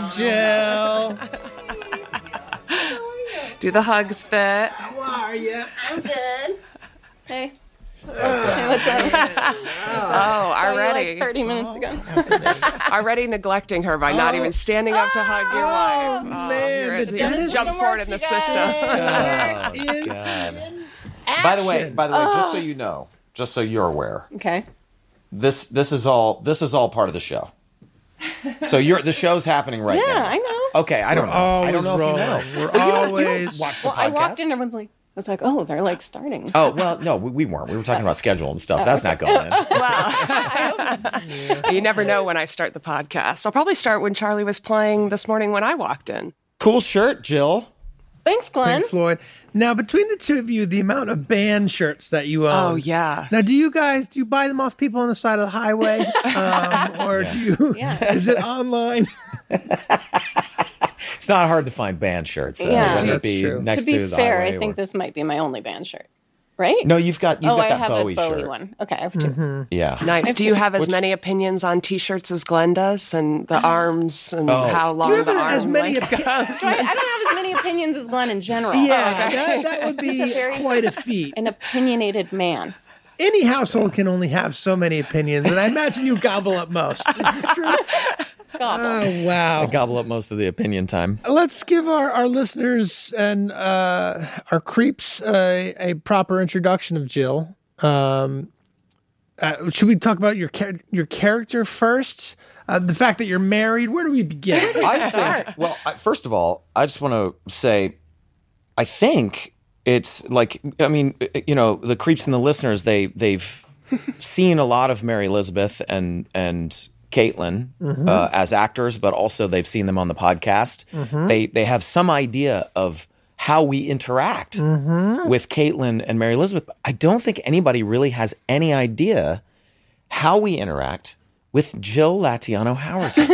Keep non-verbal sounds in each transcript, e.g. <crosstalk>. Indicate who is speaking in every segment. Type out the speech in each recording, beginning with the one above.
Speaker 1: Jill.
Speaker 2: Do the
Speaker 1: <laughs>
Speaker 2: hugs fit?
Speaker 1: How are you?
Speaker 3: I'm good.
Speaker 1: Hey,
Speaker 4: Hey. what's up?
Speaker 2: Oh, already.
Speaker 4: like 30 minutes ago.
Speaker 2: <laughs> already neglecting her by not
Speaker 1: Oh.
Speaker 2: even standing up to hug your wife. Oh,
Speaker 1: man,
Speaker 2: you're
Speaker 1: the
Speaker 2: at the
Speaker 1: dentist-
Speaker 2: jump forward in the system. <laughs>
Speaker 1: That
Speaker 5: Oh,
Speaker 1: is
Speaker 5: God.
Speaker 1: action.
Speaker 5: By the way, by the way, just so
Speaker 4: Ah.
Speaker 5: you know, just so you're aware,
Speaker 2: Okay.
Speaker 5: this this is all this is all part of the show. So you're the show's happening right
Speaker 4: Yeah,
Speaker 5: now.
Speaker 4: I know.
Speaker 5: Okay, I don't know. I don't know
Speaker 1: rolling.
Speaker 5: if you know.
Speaker 1: We're
Speaker 5: You don't
Speaker 1: always.
Speaker 5: watch the
Speaker 4: Well,
Speaker 5: podcast.
Speaker 4: I walked in, everyone's like, I was like, oh, they're like starting.
Speaker 5: Oh well, no, we, we weren't. We were
Speaker 4: Uh,
Speaker 5: talking about schedule and stuff. That's not going
Speaker 4: <laughs>
Speaker 5: in.
Speaker 2: You never know when I start the podcast. I'll probably start when Charlie was playing this morning when I walked in.
Speaker 5: cool shirt, Jill.
Speaker 4: Thanks, Glenn.
Speaker 1: Pink Floyd. Now, between the two of you, the amount of band shirts that you own.
Speaker 2: Oh, yeah.
Speaker 1: Now, do you guys do you buy them off people on the side of the highway, um, or do you? Is it
Speaker 5: <laughs>
Speaker 1: online?
Speaker 5: It's not hard to find band shirts.
Speaker 4: Yeah.
Speaker 5: whether it
Speaker 1: That's
Speaker 5: be
Speaker 1: true.
Speaker 4: to
Speaker 5: next
Speaker 4: be
Speaker 5: the
Speaker 4: fair,
Speaker 5: highway
Speaker 4: I think
Speaker 5: or-
Speaker 4: this might be my only band shirt, right?
Speaker 5: No, you've got you've
Speaker 4: oh,
Speaker 5: got
Speaker 4: I
Speaker 5: that
Speaker 4: have
Speaker 5: Bowie,
Speaker 4: a Bowie
Speaker 5: shirt. Mm-hmm.
Speaker 4: one. Okay, I have 2
Speaker 5: Yeah.
Speaker 2: Nice. Do you have as
Speaker 5: Which-
Speaker 2: many opinions on T-shirts as Glenn does,
Speaker 1: <gasps>
Speaker 2: and the arms, and
Speaker 5: Oh.
Speaker 2: how long
Speaker 1: Do you have
Speaker 2: the arm
Speaker 1: as many?
Speaker 2: length
Speaker 1: opinions?
Speaker 5: <laughs>
Speaker 2: goes?
Speaker 4: I, I don't have as many opinions as Glenn in general.
Speaker 1: yeah, that, that would
Speaker 4: He's
Speaker 1: be
Speaker 4: a very-
Speaker 1: quite a feat.
Speaker 4: An opinionated man.
Speaker 1: Any household can only have so many opinions, and I imagine you gobble up most. Is this true?
Speaker 4: Gobble.
Speaker 5: Uh,
Speaker 1: Oh wow!
Speaker 5: Gobble up most of the opinion time.
Speaker 1: Let's give our, our listeners and uh, our creeps uh, a proper introduction of Jill. Um, uh, should we talk about your cha- your character first? Uh, the fact that you're married. Where do we
Speaker 4: <laughs>
Speaker 1: begin?
Speaker 5: I think. Well, I, first of all, I just want to say, I think it's like I mean, you know, the creeps and the listeners they
Speaker 1: <laughs>
Speaker 5: they've seen a lot of Mary Elizabeth and and Caitlin
Speaker 1: Mm-hmm.
Speaker 5: uh, as actors, but also they've seen them on the podcast.
Speaker 1: Mm-hmm.
Speaker 5: They they have some idea of how we interact
Speaker 1: Mm-hmm.
Speaker 5: with Caitlin and Mary Elizabeth. I don't think anybody really has any idea how we interact with Jill Latiano Howerton.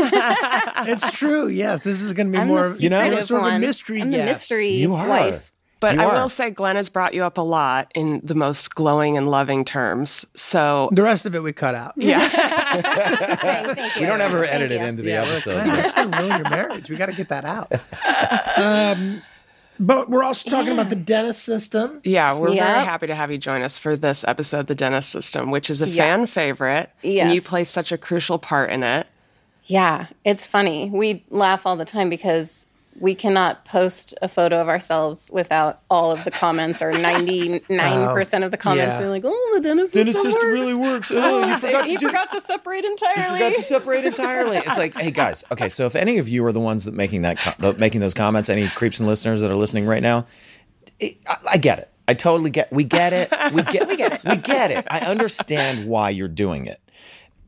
Speaker 1: it's true. Yes, this is going to be
Speaker 4: I'm
Speaker 1: more.
Speaker 4: the
Speaker 1: of- you know,
Speaker 4: secretive
Speaker 1: sort of
Speaker 4: one.
Speaker 1: a mystery.
Speaker 4: I'm the
Speaker 1: guest.
Speaker 4: mystery
Speaker 5: You are.
Speaker 4: wife.
Speaker 2: But
Speaker 5: You
Speaker 2: I
Speaker 5: are.
Speaker 2: will say, Glenn has brought you up a lot in the most glowing and loving terms. So
Speaker 1: The rest of it we cut out. Yeah,
Speaker 4: Okay, thank you.
Speaker 5: <laughs> We don't ever edit it
Speaker 4: you.
Speaker 5: into the episode.
Speaker 1: that's going to ruin your marriage. We got to get that
Speaker 4: <laughs>
Speaker 1: out. Um, but we're also talking about the dentist system.
Speaker 2: yeah, we're very
Speaker 4: Yep.
Speaker 2: happy to have you join us for this episode, The Dentist System, which is a fan favorite. And you
Speaker 4: Yes.
Speaker 2: play such a crucial part in it.
Speaker 4: Yeah, it's funny. We laugh all the time because we cannot post a photo of ourselves without all of the comments or 99% of the comments
Speaker 1: yeah.
Speaker 4: being like, oh, the dentist is so hard."
Speaker 5: works. Oh, you forgot
Speaker 4: You forgot to separate entirely.
Speaker 5: forgot to separate entirely. It's like, hey guys, okay. So if any of you are the ones that making that com- the, making those comments, any creeps and listeners that are listening right now, it, I, I get it. I totally get. We get it.
Speaker 4: <laughs>
Speaker 5: We get. we get it. We get it. I understand why you're doing it.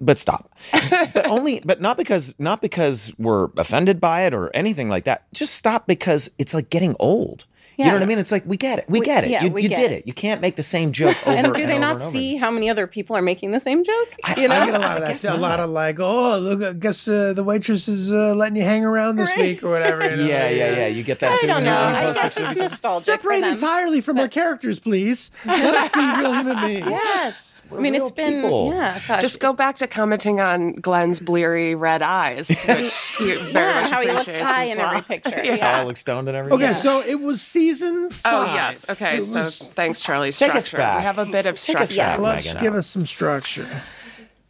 Speaker 5: But stop. But only. But not because. Not because we're offended by it or anything like that. Just stop because it's like getting old. You know
Speaker 4: Yeah.
Speaker 5: what I mean? It's like we get it. We, get it.
Speaker 4: yeah,
Speaker 5: you
Speaker 4: we
Speaker 5: you
Speaker 4: get
Speaker 5: did it.
Speaker 4: it.
Speaker 5: You can't make the same joke over
Speaker 4: <laughs> and do they
Speaker 5: over
Speaker 4: not
Speaker 5: and over
Speaker 4: see
Speaker 5: again.
Speaker 4: how many other people are making the same joke? you know?
Speaker 1: I get a lot of that. too. A lot of like, oh, look, I guess uh, the waitress is uh, letting you hang around this
Speaker 4: Right.
Speaker 1: week or whatever. <laughs> you know,
Speaker 5: Yeah,
Speaker 1: like,
Speaker 5: yeah,
Speaker 1: uh,
Speaker 5: yeah. You get that.
Speaker 4: I
Speaker 5: too.
Speaker 4: don't
Speaker 5: You
Speaker 4: know.
Speaker 5: you
Speaker 4: I
Speaker 5: post
Speaker 4: guess
Speaker 5: pictures.
Speaker 4: it's nostalgic.
Speaker 1: Separate
Speaker 4: for them.
Speaker 1: entirely from our characters, <laughs> please. Let us be real human beings.
Speaker 4: Yes. I mean, it's
Speaker 5: real
Speaker 4: been,
Speaker 5: people.
Speaker 4: yeah, gosh.
Speaker 2: Just go back to commenting on Glenn's bleary red
Speaker 4: <laughs>
Speaker 2: eyes, which you very
Speaker 4: yeah,
Speaker 2: much
Speaker 4: how he looks
Speaker 2: appreciates
Speaker 4: high
Speaker 2: as
Speaker 4: in
Speaker 2: well.
Speaker 4: every
Speaker 2: <laughs>
Speaker 4: picture. yeah.
Speaker 5: All look stoned and everything.
Speaker 1: Okay, so it was season
Speaker 2: Oh
Speaker 1: five.
Speaker 2: yes. Okay.
Speaker 1: It
Speaker 2: so
Speaker 1: was-
Speaker 2: thanks, Charlie.
Speaker 5: Take us
Speaker 2: Structure.
Speaker 5: back.
Speaker 2: We have a bit of
Speaker 5: Take
Speaker 2: structure.
Speaker 5: us back,
Speaker 1: let's
Speaker 5: Megan. uh,
Speaker 1: give us some structure.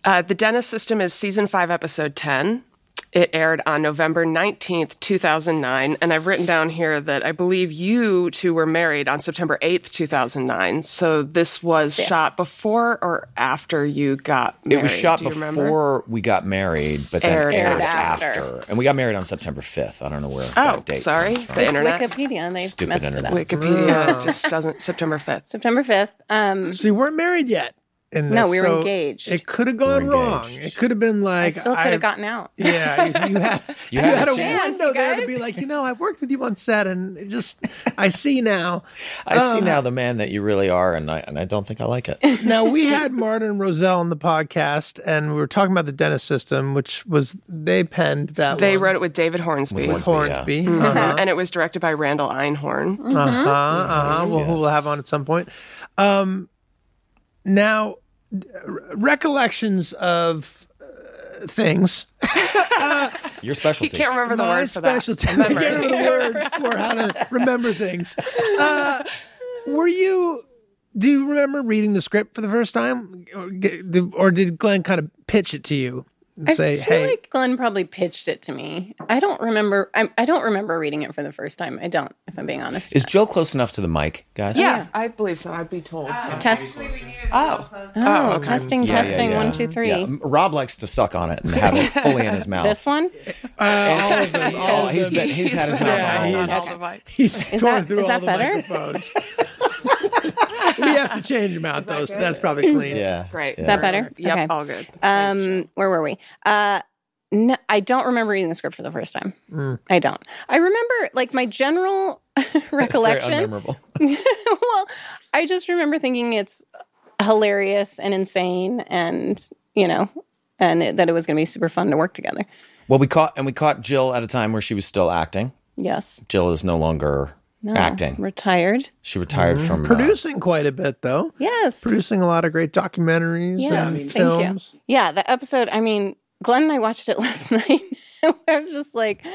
Speaker 2: Uh, the Dentist System is season five, episode ten. It aired on November nineteenth, two thousand nine, and I've written down here that I believe you two were married on September eighth, two thousand nine. So this was shot before or after you got
Speaker 5: It
Speaker 2: married.
Speaker 5: was shot
Speaker 2: Do you
Speaker 5: before
Speaker 2: remember?
Speaker 5: we got married, but then aired,
Speaker 2: Aired
Speaker 5: after.
Speaker 4: after.
Speaker 5: and we got married on September fifth. I don't know where.
Speaker 2: Oh,
Speaker 5: that date
Speaker 2: sorry.
Speaker 5: comes from.
Speaker 2: The
Speaker 4: It's
Speaker 2: internet.
Speaker 4: Wikipedia, and they've
Speaker 5: Stupid
Speaker 4: messed
Speaker 5: internet.
Speaker 4: it up.
Speaker 2: Wikipedia just doesn't September fifth.
Speaker 4: September 5th. Um,
Speaker 1: So you weren't married yet. In this,
Speaker 4: No, we were
Speaker 1: so
Speaker 4: engaged.
Speaker 1: It could have gone
Speaker 5: were
Speaker 1: wrong.
Speaker 5: engaged.
Speaker 1: It could have been
Speaker 4: I
Speaker 1: like
Speaker 4: still could
Speaker 1: I've-
Speaker 4: have gotten out.
Speaker 1: <laughs> Yeah, <laughs> you, you had you,
Speaker 5: had
Speaker 1: had,
Speaker 5: a
Speaker 1: a
Speaker 5: chance,
Speaker 1: window
Speaker 4: you
Speaker 1: there to
Speaker 4: guys.
Speaker 1: be like, you know, I worked with you on set, and it just I see now.
Speaker 5: I see now the man that you really are, and I and I don't think I like it.
Speaker 1: <laughs> Now we had Marta and Roselle on the podcast, and we were talking about the dentist system, which was they penned that
Speaker 2: They
Speaker 1: one.
Speaker 2: wrote it Mm-hmm. with David Hornsby.
Speaker 5: With
Speaker 1: Hornsby. Uh-huh.
Speaker 2: and it was directed by Randall Einhorn.
Speaker 1: Uh-huh. Uh-huh. We'll, who we'll have on at some point. Um, now, d- recollections of uh, things.
Speaker 2: He
Speaker 5: Your specialty.
Speaker 2: can't remember the
Speaker 1: My
Speaker 2: word for that.
Speaker 1: specialty. I <laughs> can't
Speaker 2: Remember.
Speaker 1: remember the words for how to remember things. Uh, were you? Do you remember reading the script for the first time, or, g- did- or did Glenn kind of pitch it to you and say,
Speaker 4: I feel
Speaker 1: "Hey"?
Speaker 4: like Glenn probably pitched it to me. I don't remember. I, I don't remember reading it for the first time. I don't, if I'm being honest.
Speaker 5: Is Jill close enough to the mic, guys?
Speaker 2: Yeah, Uh, I believe so. I'd be told.
Speaker 4: Uh, Test.
Speaker 2: Oh,
Speaker 4: Oh,
Speaker 2: Oh, okay.
Speaker 4: testing,
Speaker 5: Yeah, yeah,
Speaker 4: testing.
Speaker 5: yeah.
Speaker 4: One, two, three.
Speaker 5: Yeah. Rob likes to suck on it and have it fully in his mouth.
Speaker 4: This one
Speaker 1: Uh, all of them. All
Speaker 5: Oh,
Speaker 1: of
Speaker 5: he's
Speaker 1: them.
Speaker 5: been, he's had his mouth
Speaker 1: Yeah,
Speaker 5: on all
Speaker 1: he's-
Speaker 5: of
Speaker 2: all the mics.
Speaker 1: He's torn
Speaker 4: that-
Speaker 1: through
Speaker 4: is
Speaker 1: all
Speaker 4: that
Speaker 1: the
Speaker 4: better?
Speaker 1: microphones. we have to change them out, though. So that's probably clean.
Speaker 5: Yeah.
Speaker 2: Great.
Speaker 5: Is
Speaker 4: that better?
Speaker 2: Yep,
Speaker 4: Okay.
Speaker 2: all good.
Speaker 4: Um, where were we? Uh, no, I don't remember reading the script for the first time. I don't. I remember like my general
Speaker 5: Mm.
Speaker 4: <laughs>
Speaker 5: Very
Speaker 4: recollection.
Speaker 5: unmemorable.
Speaker 4: <laughs> well, I just remember thinking it's hilarious and insane, and you know, and it, that it was going to be super fun to work together.
Speaker 5: Well, we caught and we caught Jill at a time where she was still acting.
Speaker 4: Yes,
Speaker 5: Jill is no longer acting.
Speaker 4: Ah, retired.
Speaker 5: She retired
Speaker 1: Mm-hmm.
Speaker 5: from uh,
Speaker 1: Producing quite a bit, though.
Speaker 4: Yes,
Speaker 1: Producing a lot of great documentaries
Speaker 4: yes.
Speaker 1: and
Speaker 4: Thank
Speaker 1: films.
Speaker 4: you. Yeah, the episode. I mean, Glenn and I watched it <laughs> last night. I was just like,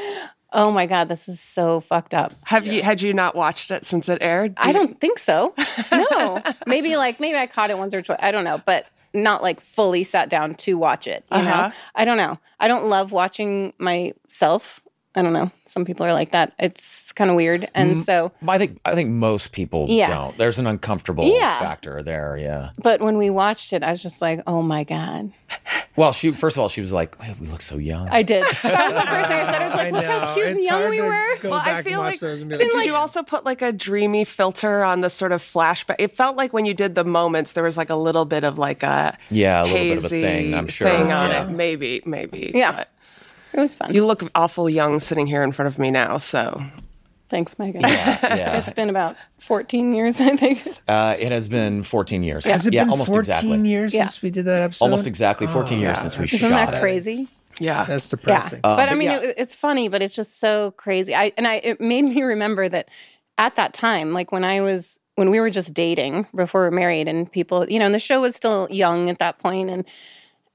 Speaker 4: oh my god, this is so fucked up.
Speaker 2: Have you had you not watched it since it aired?
Speaker 4: I don't think so. No, maybe like maybe I caught it once or twice. I don't know, but not like fully sat down to watch it. You
Speaker 2: Uh-huh.
Speaker 4: know, I don't know. I don't love watching myself. I don't know. Some people are like that. It's kind of weird, and so.
Speaker 5: I think I think most people
Speaker 4: Yeah.
Speaker 5: don't. There's an uncomfortable
Speaker 4: Yeah.
Speaker 5: factor there. Yeah.
Speaker 4: But when we watched it, I was just like, "Oh my god!"
Speaker 5: Well, she first of all she was like, "Man, "We look so young."
Speaker 4: I did. <laughs> That was the first thing I said. I was like,
Speaker 1: I
Speaker 4: "Look
Speaker 1: know.
Speaker 4: how cute and
Speaker 1: It's
Speaker 4: young
Speaker 1: hard
Speaker 4: we
Speaker 1: to
Speaker 4: were."
Speaker 1: Go
Speaker 2: Well,
Speaker 1: back
Speaker 2: I feel
Speaker 1: and watch
Speaker 2: like
Speaker 1: those and be
Speaker 2: did
Speaker 1: like,
Speaker 2: you also put like a dreamy filter on the sort of flashback? It felt like when you did the moments, there was like a little bit of like a
Speaker 5: yeah, a little
Speaker 2: hazy
Speaker 5: bit of a thing. I'm sure.
Speaker 2: thing on
Speaker 5: yeah.
Speaker 2: it. Maybe, maybe.
Speaker 4: Yeah.
Speaker 2: but
Speaker 4: It was fun.
Speaker 2: you look awful young sitting here in front of me now. So
Speaker 4: Thanks, Megan. <laughs>
Speaker 5: Yeah, yeah.
Speaker 4: It's been about 14 years, I think.
Speaker 5: Uh, it has been 14 years.
Speaker 1: Has it
Speaker 5: yeah,
Speaker 1: been
Speaker 5: almost
Speaker 1: 14
Speaker 5: exactly.
Speaker 1: years
Speaker 4: Yeah.
Speaker 1: since we did that episode? Ah,
Speaker 5: Almost exactly 14 years since we Uh,
Speaker 4: Isn't
Speaker 5: shot
Speaker 4: that
Speaker 5: it.
Speaker 4: crazy?
Speaker 2: yeah,
Speaker 1: That's
Speaker 4: Yeah,
Speaker 1: depressing.
Speaker 4: but I
Speaker 5: but
Speaker 4: mean,
Speaker 5: yeah.
Speaker 4: it, it's funny, but it's just so crazy. I and I it made me remember that at that time, like when I was when we were just dating before we were married, and people, you know, and the show was still young at that point, and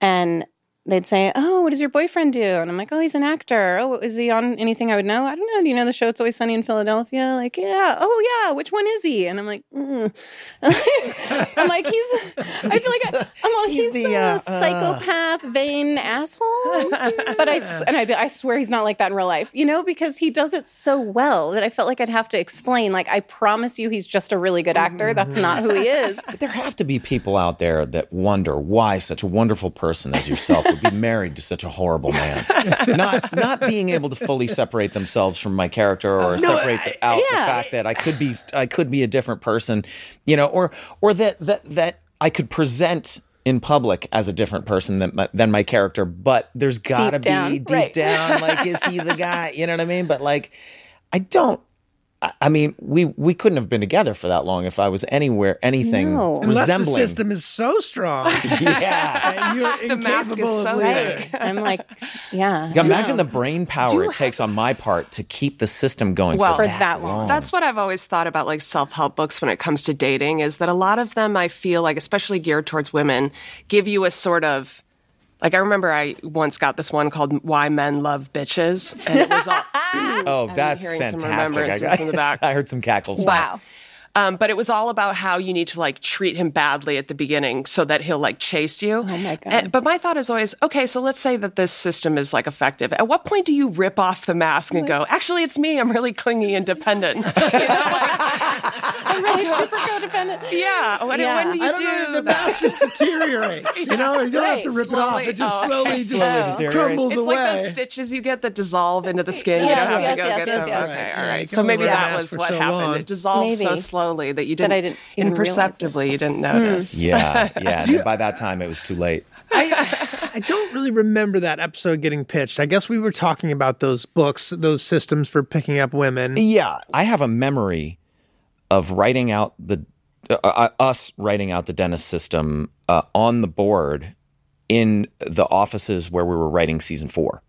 Speaker 4: and they'd say, "Oh, what does your boyfriend do?" And I'm like, "Oh, he's an actor. Oh, is he on anything I would know? I don't know. Do you know the show It's Always Sunny in Philadelphia? Like, yeah. Oh, yeah. Which one is he?" And I'm like, mm. "I'm like, he's. I feel like I, I'm all he's, the, psychopath, vain asshole." but I s- and I'd be, I swear he's not like that in real life, you know, because he does it so well that I felt like I'd have to explain. Like, I promise you, he's just a really good actor. That's not who he is.
Speaker 5: But there have to be people out there that wonder why such a wonderful person as yourself would be married to such a horrible man. not not being able to fully separate themselves from my character or separate the, out
Speaker 4: uh, yeah.
Speaker 5: the fact that I could be I could be a different person, you know, or or that that that I could present in public as a different person than my, than my character, but there's got to
Speaker 4: Deep
Speaker 5: be
Speaker 4: down,
Speaker 5: deep
Speaker 4: right.
Speaker 5: down like is he the guy? You know what I mean? But like I don't I- I mean, we, we couldn't have been together for that long if I was anywhere anything
Speaker 4: No.
Speaker 1: Unless
Speaker 5: resembling.
Speaker 1: the system is so strong
Speaker 5: <laughs>
Speaker 1: <laughs>
Speaker 5: yeah.
Speaker 1: that you're
Speaker 2: The mask is
Speaker 1: incapable
Speaker 2: so
Speaker 1: of leaving.
Speaker 4: Right? I'm like, yeah.
Speaker 5: Like, imagine the brain power it takes on my part to keep the system going
Speaker 2: Well,
Speaker 5: for
Speaker 4: for
Speaker 5: that.
Speaker 4: that long.
Speaker 2: That's what I've always thought about like self-help books when it comes to dating is that a lot of them I feel like especially geared towards women give you a sort of like I remember I once got this one called Why Men Love Bitches and it was all
Speaker 5: Oh, that's
Speaker 2: hearing some
Speaker 5: fantastic. <laughs> I,
Speaker 2: remembrances in the back.
Speaker 5: I heard some cackles. from
Speaker 4: Wow.
Speaker 2: Um, but it was all about how you need to like treat him badly at the beginning so that he'll like chase you. Oh
Speaker 4: my God.
Speaker 2: but my thought is always, okay, so let's say that this system is like effective. At what point do you rip off the mask and go, actually, it's me. I'm really clingy and dependent. <laughs>
Speaker 4: I'm really super codependent.
Speaker 2: <laughs> yeah. When,
Speaker 4: Yeah.
Speaker 2: when do you
Speaker 1: I don't know.
Speaker 2: do
Speaker 1: The
Speaker 2: that?
Speaker 1: mask just deteriorates. You know, you don't have to
Speaker 4: Right.
Speaker 1: rip it off. It just
Speaker 2: Slowly,
Speaker 1: slowly,
Speaker 4: Slowly
Speaker 1: just
Speaker 5: deteriorates.
Speaker 1: crumbles
Speaker 2: It's
Speaker 1: away.
Speaker 2: like those stitches you get that dissolve into the skin. you
Speaker 4: Yes,
Speaker 2: don't have
Speaker 4: yes,
Speaker 2: to go
Speaker 4: yes,
Speaker 2: get
Speaker 4: yes,
Speaker 2: those.
Speaker 4: yes.
Speaker 2: Okay,
Speaker 1: Right.
Speaker 2: all
Speaker 1: Yeah, you
Speaker 2: right.
Speaker 1: can
Speaker 2: So
Speaker 1: only
Speaker 2: maybe
Speaker 1: wear a
Speaker 2: that
Speaker 1: mask
Speaker 2: was
Speaker 1: for
Speaker 2: what
Speaker 1: so
Speaker 2: happened.
Speaker 1: long.
Speaker 2: It dissolved so
Speaker 4: Maybe.
Speaker 2: slowly that you didn't,
Speaker 4: I didn't even realize it. Hmm.
Speaker 2: imperceptibly, you didn't notice. <laughs>
Speaker 5: Yeah, yeah. and by that time, it was too late.
Speaker 1: I, I don't really remember that episode getting pitched. I guess we were talking about those books, those systems for picking up women.
Speaker 5: Yeah, I have a memory of writing out the uh, uh, us writing out the dentist system uh, on the board in the offices where we were writing season four.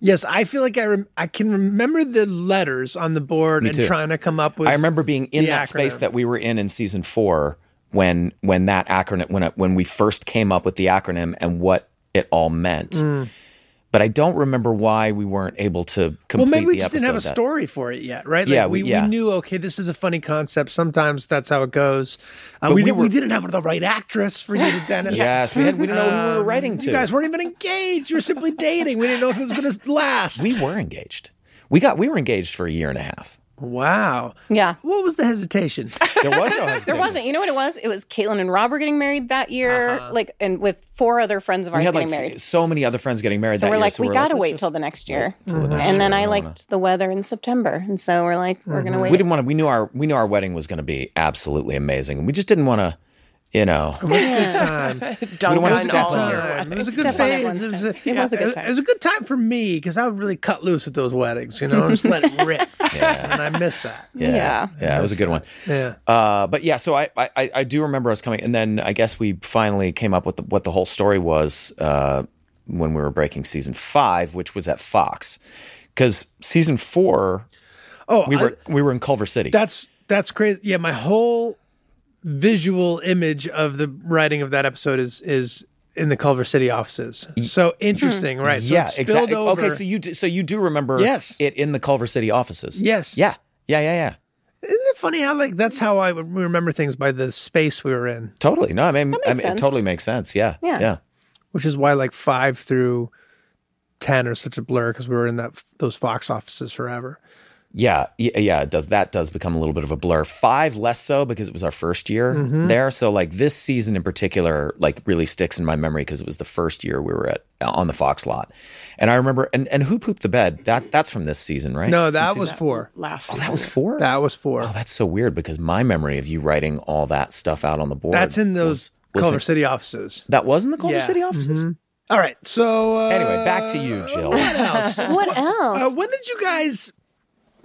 Speaker 1: Yes, I feel like I rem- I can remember the letters on the board and
Speaker 5: too.
Speaker 1: trying to come up with.
Speaker 5: I remember being in
Speaker 1: the
Speaker 5: that space
Speaker 1: acronym.
Speaker 5: that we were in in season four when when that acronym when it- when we first came up with the acronym and what it all meant.
Speaker 1: Mm.
Speaker 5: But I don't remember why we weren't able to complete
Speaker 1: Well, maybe we
Speaker 5: the
Speaker 1: just didn't have a
Speaker 5: episode that-
Speaker 1: story for it yet, right?
Speaker 5: Yeah,
Speaker 1: we,
Speaker 5: we- yeah.
Speaker 1: we knew okay, this is a funny concept. Sometimes that's how it goes. Uh, we,
Speaker 5: we
Speaker 1: didn't, we
Speaker 5: were-
Speaker 1: didn't have the right actress for
Speaker 5: <laughs>
Speaker 1: you to Dennis.
Speaker 5: Yes, we had. We didn't know who we were writing to.
Speaker 1: You guys weren't even engaged. You were simply dating. We didn't know if it was going to last.
Speaker 5: <laughs> we were engaged. We got. We were engaged for a year and a half.
Speaker 1: Wow.
Speaker 4: Yeah.
Speaker 1: What was the hesitation?
Speaker 5: There was no. <laughs>
Speaker 4: There
Speaker 5: hesitation.
Speaker 4: wasn't. You know what it was? It was Caitlin and Rob were getting married that year, like, and with four other friends of ours
Speaker 5: We had
Speaker 4: getting
Speaker 5: like
Speaker 4: married.
Speaker 5: so many other friends getting married.
Speaker 4: So
Speaker 5: that
Speaker 4: we're
Speaker 5: year,
Speaker 4: like,
Speaker 5: so
Speaker 4: we gotta
Speaker 5: let's
Speaker 4: wait
Speaker 5: just-
Speaker 4: till the next year.
Speaker 5: till
Speaker 2: Mm-hmm.
Speaker 5: the next
Speaker 4: and then
Speaker 5: year,
Speaker 4: I
Speaker 5: we
Speaker 4: liked
Speaker 5: wanna- Mm-hmm.
Speaker 4: the weather in September, and so we're like, we're gonna wait.
Speaker 5: We didn't want to. We knew our. We knew our wedding was going to be absolutely amazing, and we just didn't want to. You know,
Speaker 1: It was a good time.
Speaker 5: We don't
Speaker 2: Dunk
Speaker 5: wanna
Speaker 2: on
Speaker 5: step
Speaker 1: Good
Speaker 2: all
Speaker 5: on
Speaker 2: of your
Speaker 5: her.
Speaker 1: time. It was a
Speaker 2: weddings.
Speaker 1: good
Speaker 4: Step on
Speaker 1: phase.
Speaker 4: everyone's
Speaker 1: It was
Speaker 4: toe.
Speaker 1: a,
Speaker 4: It was a good
Speaker 1: it-
Speaker 4: time.
Speaker 1: It was a good time for me because I would really cut loose at those weddings, you know, and just let it rip. And I miss that.
Speaker 5: yeah,
Speaker 4: Yeah.
Speaker 5: yeah, it was a good one.
Speaker 1: Yeah.
Speaker 5: Uh, but yeah, so I, I- I I do remember us coming, and then I guess we finally came up with the, what the whole story was uh, when we were breaking season five, which was at Fox, because season four
Speaker 1: Oh,
Speaker 5: we
Speaker 1: I-
Speaker 5: were we were in Culver City.
Speaker 1: That's that's crazy. Yeah, my whole visual image of the writing of that episode is is in the Culver City offices. So interesting, right? So
Speaker 5: yeah,
Speaker 1: it spilled
Speaker 5: exactly.
Speaker 1: Over.
Speaker 5: Okay, so you do, so you do remember
Speaker 1: Yes.
Speaker 5: it in the Culver City offices.
Speaker 1: Yes.
Speaker 5: Yeah. Yeah. Yeah. Yeah.
Speaker 1: isn't it funny how like that's how I would remember things by the space we were in,
Speaker 5: Totally. No, I mean, I
Speaker 4: makes
Speaker 5: mean it
Speaker 4: sense.
Speaker 5: totally makes sense. Yeah.
Speaker 4: Yeah.
Speaker 5: Yeah.
Speaker 1: which is why like five through ten are such a blur because we were in that those Fox offices forever.
Speaker 5: Yeah, y- yeah, it does that does become a little bit of a blur. Five less so because it was our first year
Speaker 1: Mm-hmm.
Speaker 5: there. So like this season in particular, like really sticks in my memory because it was the first year we were at uh, on the Fox lot, and I remember and and who pooped the bed? That that's from this season, right?
Speaker 1: No, that was four.
Speaker 2: Last
Speaker 5: that was four.
Speaker 1: That was four.
Speaker 5: oh, that's so weird because my memory of you writing all that stuff out on the board.
Speaker 1: that's in those
Speaker 5: was
Speaker 1: Culver
Speaker 5: in-
Speaker 1: City offices.
Speaker 5: that was in the Culver
Speaker 1: Yeah. Mm-hmm.
Speaker 5: City offices.
Speaker 1: All right, so uh,
Speaker 5: Anyway, back to you, Jill.
Speaker 1: What else?
Speaker 4: What else?
Speaker 1: Uh, when did you guys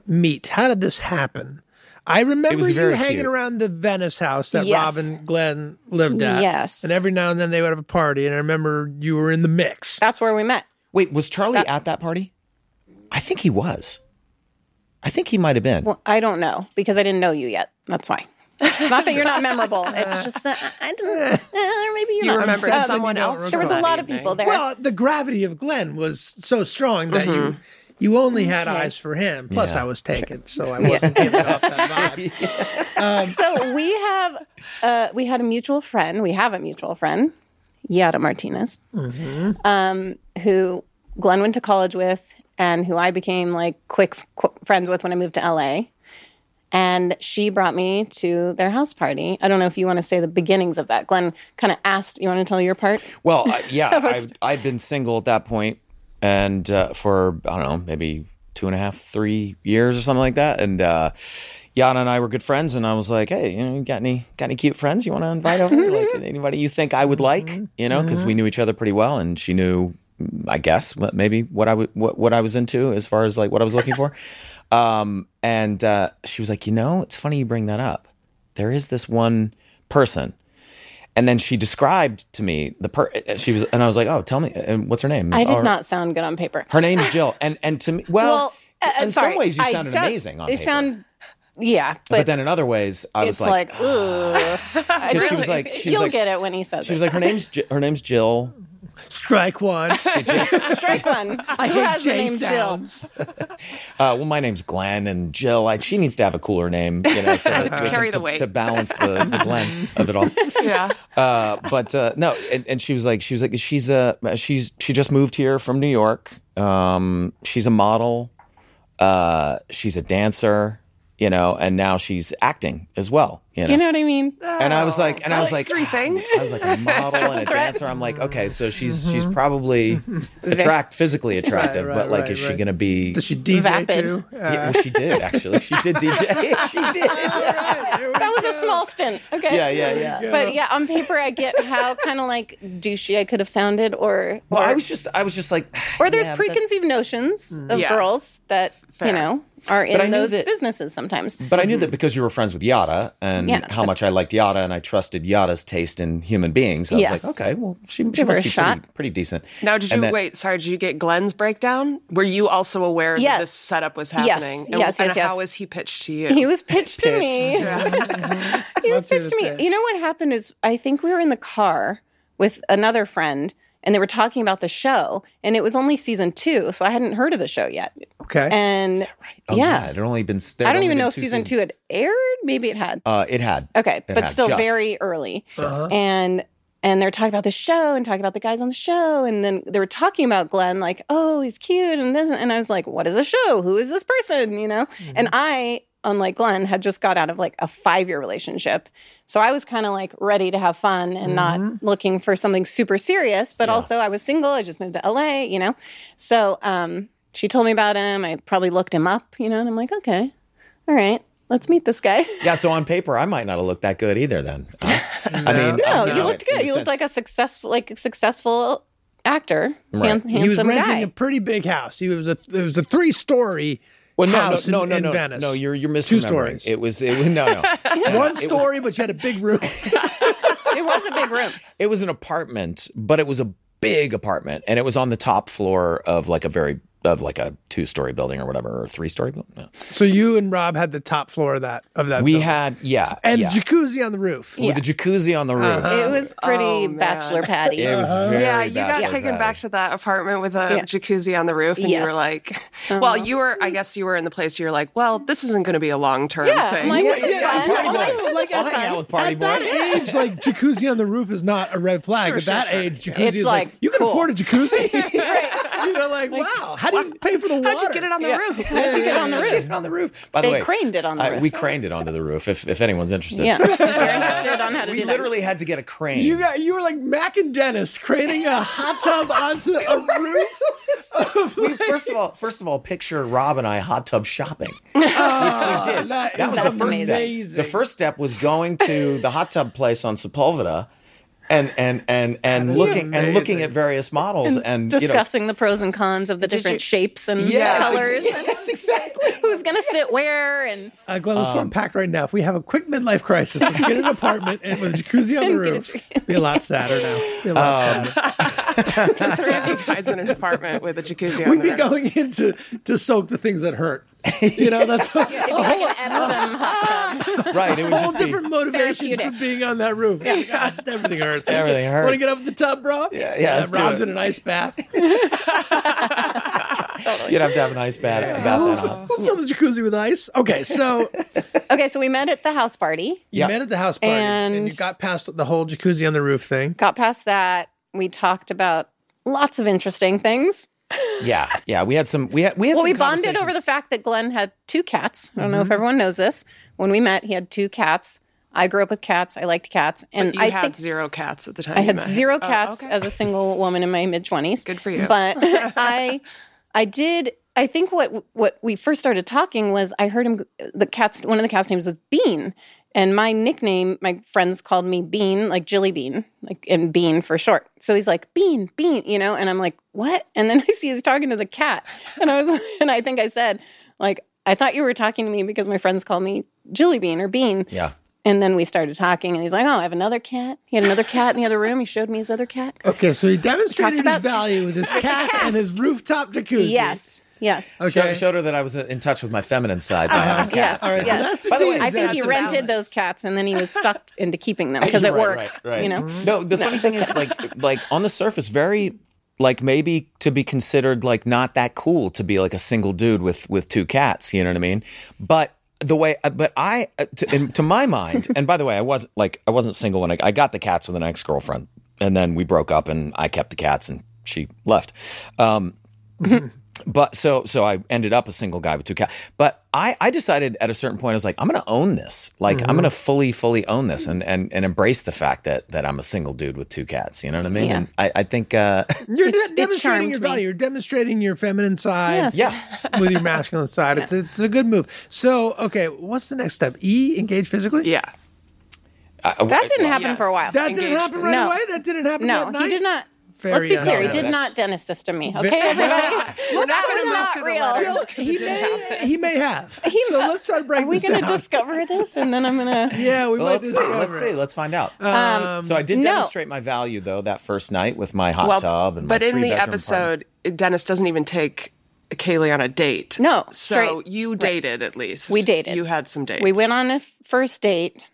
Speaker 1: meet? How did this happen? I remember you
Speaker 5: very
Speaker 1: hanging
Speaker 5: cute.
Speaker 1: around the Venice house that
Speaker 4: Yes.
Speaker 1: Robin Glenn lived at.
Speaker 4: Yes.
Speaker 1: And every now and then they would have a party, and I remember you were in the mix.
Speaker 4: That's where we met.
Speaker 5: Wait, was Charlie at that party? I think he was. I think he might have been.
Speaker 4: Well, I don't know because I didn't know you yet. That's why. It's not that you're not memorable. It's just that I- I
Speaker 5: <laughs>
Speaker 4: didn't. Uh, maybe you're
Speaker 2: You
Speaker 4: not.
Speaker 2: remember
Speaker 1: upset that
Speaker 2: someone
Speaker 1: you don't
Speaker 2: else.
Speaker 1: remember.
Speaker 4: There was a
Speaker 2: from
Speaker 4: lot
Speaker 2: that
Speaker 4: of
Speaker 2: evening.
Speaker 4: people there.
Speaker 1: Well, the gravity of Glenn was so strong that
Speaker 4: Mm-hmm.
Speaker 1: you you only had eyes for him. Plus, I was taken, so I wasn't giving off
Speaker 5: <laughs>
Speaker 1: that vibe.
Speaker 4: so we have uh, we had a mutual friend. We have a mutual friend, Yada Martinez, um, who Glenn went to college with, and who I became like quick qu- friends with when I moved to LA. And she brought me to their house party. I don't know if you want to say the beginnings of that. Glenn kind of asked, "You want to tell your part?"
Speaker 5: Well, I, yeah,
Speaker 4: was-
Speaker 5: I've, I've been single at that point, and uh, for I don't know, maybe two and a half, three years or something like that. And uh, Yana and I were good friends, and I was like, "Hey, you know, you got any got any cute friends you want to invite over? like anybody you think I would like, you know?" Because we knew each other pretty well, and she knew, I guess, what- maybe what I would what, what I was into as far as like what I was looking for. Um, and uh, she was like, "You know, it's funny you bring that up. There is this one person." And then she described to me the per. uh, She was, and I was like, "Oh, tell me, and what's her name?"
Speaker 4: I did
Speaker 5: Or-
Speaker 4: not sound good on paper.
Speaker 5: Her name's Jill, and and to me, well,
Speaker 4: uh,
Speaker 5: in
Speaker 4: sorry,
Speaker 5: some ways you
Speaker 4: I
Speaker 5: sounded
Speaker 4: sound-
Speaker 5: amazing on
Speaker 4: I
Speaker 5: paper,
Speaker 4: sound, yeah, but,
Speaker 5: but, then in other ways I
Speaker 4: it's
Speaker 5: was like,
Speaker 4: <sighs> like, ugh.
Speaker 5: because she was like, she was
Speaker 4: you'll
Speaker 5: like,
Speaker 4: get it when he says
Speaker 5: she was
Speaker 4: it.
Speaker 5: like, her name's Ji- her name's Jill.
Speaker 1: Strike
Speaker 4: <laughs>
Speaker 1: one.
Speaker 4: Strike
Speaker 5: <laughs>
Speaker 4: one.
Speaker 1: I
Speaker 4: Who
Speaker 1: hate
Speaker 4: has the
Speaker 1: J
Speaker 4: name Jill?
Speaker 1: sounds.
Speaker 5: Uh, well, my name's Glenn, and Jill. I, she needs to have a cooler name, you know, so that we
Speaker 2: <laughs> Carry
Speaker 5: can-
Speaker 2: the
Speaker 5: to,
Speaker 2: weight.
Speaker 5: to balance the, the Glenn of
Speaker 4: <laughs>
Speaker 5: it all.
Speaker 2: Yeah.
Speaker 5: Uh, but uh, no, and, and she was like, she was like, she's a she's she just moved here from New York. Um, she's a model. Uh, she's a dancer, you know, and now she's acting as well, you know.
Speaker 4: You know what I mean?
Speaker 2: Ah.
Speaker 5: and I was like, and I was
Speaker 2: That's
Speaker 5: like, "Ah,
Speaker 2: three things.
Speaker 5: I was like a model and a dancer. I'm like, okay, so she's she's probably attract physically attractive,
Speaker 1: Right,
Speaker 5: but
Speaker 1: right,
Speaker 5: like,
Speaker 1: right,
Speaker 5: is she
Speaker 1: right.
Speaker 5: gonna be?
Speaker 1: Does she DJ
Speaker 4: Vapid.
Speaker 1: too? Uh,
Speaker 5: yeah, well, she did actually. She did DJ. <laughs> she did.
Speaker 4: That was a small stint. Okay.
Speaker 5: Yeah, yeah, yeah.
Speaker 4: But yeah, on paper, I get
Speaker 2: <laughs>
Speaker 4: how kind of like douchey I could have sounded, or
Speaker 5: Well,
Speaker 4: or,
Speaker 5: I was just, I was just like, <sighs>
Speaker 4: or there's
Speaker 5: yeah, but that's-
Speaker 4: preconceived notions of
Speaker 2: Yeah.
Speaker 4: girls that you
Speaker 2: Fair.
Speaker 4: know are
Speaker 5: I
Speaker 4: in
Speaker 5: knew
Speaker 4: those
Speaker 5: that-
Speaker 4: businesses sometimes.
Speaker 5: But I knew that because you were friends with Yada and
Speaker 4: Mm-hmm. Yeah.
Speaker 5: how much I liked Yada and I trusted Yada's taste in human beings. I was
Speaker 4: Yes.
Speaker 5: like, okay, well, she, she
Speaker 4: her
Speaker 5: must
Speaker 4: a
Speaker 5: be pretty,
Speaker 4: shot.
Speaker 5: pretty decent.
Speaker 2: Now, did you
Speaker 5: And that-
Speaker 2: wait? Sorry, did you get Glenn's breakdown? Were you also aware
Speaker 4: Yes.
Speaker 2: that this setup was happening? and,
Speaker 4: yes,
Speaker 2: and
Speaker 4: yes, yes.
Speaker 2: How was he pitched to you?
Speaker 4: He was pitched to me. he
Speaker 5: <laughs>
Speaker 4: was
Speaker 1: Let's do
Speaker 4: pitched to
Speaker 1: the
Speaker 4: me.
Speaker 1: pitch.
Speaker 4: You know what happened is I think we were in the car with another friend and they were talking about the show, and it was only season two, so I hadn't heard of the show yet.
Speaker 1: <laughs> Okay.
Speaker 4: And
Speaker 5: Oh,
Speaker 4: yeah.
Speaker 5: it had only been. there'd
Speaker 4: I don't
Speaker 5: only
Speaker 4: even
Speaker 5: been
Speaker 4: know if season
Speaker 5: seasons.
Speaker 4: two had aired. Maybe it had.
Speaker 5: Uh, it had.
Speaker 4: Okay,
Speaker 5: It
Speaker 4: but
Speaker 5: had
Speaker 4: still
Speaker 5: just.
Speaker 4: very early.
Speaker 1: Uh-huh.
Speaker 4: And and they're talking about the show and talking about the guys on the show, and then they were talking about Glenn, like, oh, he's cute, and this, and I was like, what is the show? Who is this person? You know.
Speaker 5: Mm-hmm.
Speaker 4: And I, unlike Glenn, had just got out of like a five year relationship, so I was kind of like ready to have fun and not looking for something super serious. But also, I was single. I just moved to LA. You know, so um, she told me about him. I probably looked him up. You know, and I'm like, okay, all right, let's meet this guy. <laughs>
Speaker 5: Yeah, so on paper, I might not have looked that good either. Then, huh? I mean,
Speaker 4: No,
Speaker 5: I'm
Speaker 4: you
Speaker 5: not-
Speaker 4: looked
Speaker 5: in
Speaker 4: good.
Speaker 5: a
Speaker 4: You looked
Speaker 5: sense-
Speaker 4: like a successful, like successful actor,
Speaker 5: Right.
Speaker 4: hand, handsome
Speaker 5: He
Speaker 1: he was renting
Speaker 4: guy.
Speaker 1: a pretty big house. He was a it was a three story
Speaker 5: Well, no,
Speaker 1: house
Speaker 5: no, no,
Speaker 1: in,
Speaker 5: no,
Speaker 1: in
Speaker 5: no,
Speaker 1: Venice.
Speaker 5: no. You're you're misremembering.
Speaker 1: Two stories.
Speaker 5: It was <laughs> it was no,
Speaker 4: <laughs>
Speaker 5: no.
Speaker 1: one story, but you had a big room.
Speaker 5: <laughs>
Speaker 4: it was a big
Speaker 2: <laughs>
Speaker 4: room.
Speaker 5: it was an apartment, but it was a big apartment, and it was on the top floor of like a very of like a two story building or whatever or three story building. No.
Speaker 1: so you and Rob had the top floor of that of that.
Speaker 5: We
Speaker 1: building.
Speaker 5: had yeah
Speaker 1: and
Speaker 5: yeah.
Speaker 1: jacuzzi on the roof.
Speaker 5: with a jacuzzi on the roof.
Speaker 4: It was pretty
Speaker 2: Oh, man.
Speaker 4: bachelor patty.
Speaker 5: It was very
Speaker 2: yeah, you got
Speaker 5: bachelor
Speaker 2: taken
Speaker 5: patty.
Speaker 2: back to that apartment with a
Speaker 4: Yeah.
Speaker 2: jacuzzi on the roof, and you
Speaker 4: Yes. Uh-huh.
Speaker 2: were like, "Well, you were. I guess you were in the place. You're like, well, this isn't going to be a long term
Speaker 4: Yeah,
Speaker 2: thing.
Speaker 4: my-
Speaker 1: Yeah,
Speaker 4: This is
Speaker 1: yeah,
Speaker 4: fun.
Speaker 1: party
Speaker 4: Also,
Speaker 1: boy.
Speaker 4: like,
Speaker 5: I'll
Speaker 4: it's
Speaker 5: hang
Speaker 4: fun.
Speaker 5: out with party
Speaker 1: At
Speaker 5: boy. <laughs>
Speaker 1: that age, like jacuzzi on the roof is not a red flag. At that age, jacuzzi
Speaker 4: It's
Speaker 1: is like,
Speaker 4: like,
Speaker 1: you can
Speaker 4: cool.
Speaker 1: afford a
Speaker 4: <laughs>
Speaker 1: jacuzzi. <laughs> You know, like, wow, how do you pay for the water?
Speaker 2: How'd you get it on the
Speaker 4: Yeah.
Speaker 2: roof? <laughs>
Speaker 4: How'd you get on the
Speaker 5: <laughs>
Speaker 4: roof?
Speaker 5: Get it on the roof. By the
Speaker 4: They
Speaker 5: way,
Speaker 4: craned it on the
Speaker 5: I-
Speaker 4: roof.
Speaker 5: We craned it onto the roof. If if anyone's interested,
Speaker 4: Yeah, if you're interested on how to
Speaker 5: We
Speaker 4: do
Speaker 5: literally had to get a crane.
Speaker 1: You got you were like Mac and Dennis craning a hot
Speaker 4: <laughs>
Speaker 1: tub onto a roof. Of,
Speaker 5: We- first of all, first of all, picture Rob and I hot tub shopping.
Speaker 1: oh,
Speaker 5: did.
Speaker 1: That,
Speaker 5: That
Speaker 1: is
Speaker 5: was the first
Speaker 1: amazing. Uh,
Speaker 5: step. The first step was going to the hot tub place on Sepulveda. And and and and
Speaker 1: is
Speaker 5: looking and looking
Speaker 1: amazing.
Speaker 5: at various models and,
Speaker 4: that.
Speaker 5: you know,
Speaker 4: Discussing the pros and cons of the different shapes and
Speaker 5: yes, ex-
Speaker 4: colors.
Speaker 5: yes, exactly.
Speaker 4: Who's gonna sit where? And
Speaker 1: Uh, Glenn,
Speaker 5: um,
Speaker 1: let's go unpack right now. If we have a quick midlife crisis, let's get an apartment and with a jacuzzi on the
Speaker 4: And <laughs> get a
Speaker 1: roof.
Speaker 4: jacuzzi.
Speaker 1: Be a lot sadder now. Be a lot
Speaker 5: Uh,
Speaker 1: sadder.
Speaker 2: The three of you guys in an apartment with a jacuzzi on
Speaker 1: We'd
Speaker 2: the
Speaker 1: be
Speaker 2: roof.
Speaker 1: going in to, to soak the things that hurt. You know, that's
Speaker 4: <laughs>
Speaker 1: a,
Speaker 4: it'd
Speaker 5: Oh.
Speaker 4: be like an Epsom hot tub.
Speaker 5: Right. It would
Speaker 1: whole
Speaker 5: just be
Speaker 1: different motivation for
Speaker 4: Therapeutic.
Speaker 1: being on that roof. Oh, God, just everything hurts.
Speaker 5: Everything
Speaker 1: Want to
Speaker 5: hurts.
Speaker 1: get up in the tub, bro? Uh,
Speaker 5: Yeah, yeah, let's do
Speaker 1: Rob's
Speaker 5: it.
Speaker 1: in an ice
Speaker 5: <laughs>
Speaker 1: bath.
Speaker 5: <laughs> you'd have to have an ice bath bath that on.
Speaker 1: We'll fill the jacuzzi with ice. Okay, so
Speaker 4: Okay, so we met at the house party.
Speaker 1: you
Speaker 5: Yeah.
Speaker 1: met at the house party and,
Speaker 4: And-
Speaker 1: you got past the whole jacuzzi on the roof thing.
Speaker 4: Got past that. We talked about lots of interesting things.
Speaker 5: Yeah. Yeah. We had some we had we had
Speaker 4: Well,
Speaker 5: some
Speaker 4: we bonded
Speaker 5: conversations. Mm-hmm.
Speaker 4: over the fact that Glenn had two cats. I don't know if everyone knows this. When we met, he had two cats. I grew up with cats. I liked cats, and
Speaker 2: You
Speaker 4: I
Speaker 2: had
Speaker 4: think
Speaker 2: zero cats at the time.
Speaker 4: I
Speaker 2: you
Speaker 4: had
Speaker 2: met.
Speaker 4: zero
Speaker 2: Oh,
Speaker 4: cats
Speaker 2: okay.
Speaker 4: as a single
Speaker 2: <laughs>
Speaker 4: woman in my mid twenties.
Speaker 2: Good for you. <laughs>
Speaker 4: But I, I did. I think what what we first started talking was I heard him. The cat's one of the cat's names was Bean, and my nickname. My friends called me Bean, like Jilly Bean, like and Bean for short. So he's like Bean, Bean, you know. And I'm like, what? And then <laughs> I see he's talking to the cat, and I was, <laughs> and I think I said, like, I thought you were talking to me because my friends call me Jilly Bean or Bean.
Speaker 5: Yeah.
Speaker 4: And then we started talking, and he's like, "Oh, I have another cat." He had another cat in the other room. He showed me his other cat.
Speaker 1: Okay, so he demonstrated his
Speaker 4: about-
Speaker 1: value with his
Speaker 4: <laughs>
Speaker 1: cat and his rooftop jacuzzi.
Speaker 4: Yes, yes,
Speaker 1: Okay.
Speaker 5: Showed, showed her that I was in touch with my feminine side. by having
Speaker 4: Uh-huh, yes,
Speaker 5: cats.
Speaker 1: All right,
Speaker 4: yes.
Speaker 1: so that's the
Speaker 5: By the way,
Speaker 1: deal.
Speaker 4: I think
Speaker 1: That's
Speaker 4: he
Speaker 1: the
Speaker 4: rented
Speaker 1: deal.
Speaker 4: those cats, and then he was stuck into keeping them because it
Speaker 5: <laughs> Right,
Speaker 4: worked.
Speaker 5: right, Mm-hmm. right.
Speaker 4: You know,
Speaker 5: No, the funny thing is, like, like on the surface, very like maybe to be considered like not that cool to be like a single dude with with two cats. You know what I mean? But the way, but I uh, to, in, to my mind, and by the way, I wasn't like I wasn't single when I, I got the cats with an ex girlfriend, and then we broke up, and I kept the cats, and she left. Um, but so so I ended up a single guy with two cats. But I I decided at a certain point I was like I'm gonna own this. Like I'm
Speaker 4: Mm-hmm.
Speaker 5: gonna fully fully own this and and and embrace the fact that that I'm a single dude with two cats. You know what I mean?
Speaker 4: Yeah.
Speaker 5: And I I
Speaker 4: <laughs>
Speaker 5: think uh,
Speaker 1: You're de- demonstrating
Speaker 4: charmed
Speaker 1: your
Speaker 4: me.
Speaker 1: value. You're demonstrating your feminine side
Speaker 4: Yes.
Speaker 1: <laughs>
Speaker 5: Yeah.
Speaker 1: with your masculine side. It's it's a good move. So, okay, what's the next step? E, engage physically?
Speaker 2: yeah,
Speaker 5: I-
Speaker 4: that didn't
Speaker 5: I-
Speaker 4: happen
Speaker 2: Yes.
Speaker 4: for a while.
Speaker 1: That didn't
Speaker 2: Engage
Speaker 1: happen right
Speaker 4: No.
Speaker 1: away? That didn't happen
Speaker 4: no,
Speaker 1: that
Speaker 4: he
Speaker 1: night?
Speaker 4: did not.
Speaker 1: Very
Speaker 4: let's be clear,
Speaker 1: unknown.
Speaker 4: he did
Speaker 5: That's-
Speaker 4: not dentist system me.
Speaker 1: Ve-
Speaker 4: Okay, everybody,
Speaker 1: Well,
Speaker 4: Well,
Speaker 1: let's
Speaker 4: that
Speaker 1: try to
Speaker 4: was
Speaker 1: knock
Speaker 4: not
Speaker 2: through the
Speaker 4: real.
Speaker 2: letters.
Speaker 1: Jill, he
Speaker 2: It
Speaker 4: <laughs>
Speaker 2: didn't
Speaker 1: may he may
Speaker 2: happen.
Speaker 1: have. so let's try to break
Speaker 4: Are we
Speaker 1: this
Speaker 4: gonna
Speaker 1: down.
Speaker 4: discover this, and then I'm gonna?
Speaker 1: yeah, we
Speaker 5: Well,
Speaker 1: might
Speaker 5: let's see.
Speaker 1: discover.
Speaker 5: Let's see.
Speaker 1: it.
Speaker 5: Let's find out.
Speaker 1: Um,
Speaker 5: so I did
Speaker 4: no.
Speaker 5: demonstrate my value though that first night with my hot
Speaker 2: well,
Speaker 5: tub and my
Speaker 2: but in the
Speaker 5: three-bedroom apartment.
Speaker 2: episode, Dennis doesn't even take Kaylee on a date.
Speaker 4: No,
Speaker 2: so
Speaker 4: straight-
Speaker 2: you dated at least.
Speaker 4: We dated.
Speaker 2: You had some dates.
Speaker 4: We went on a f- first date.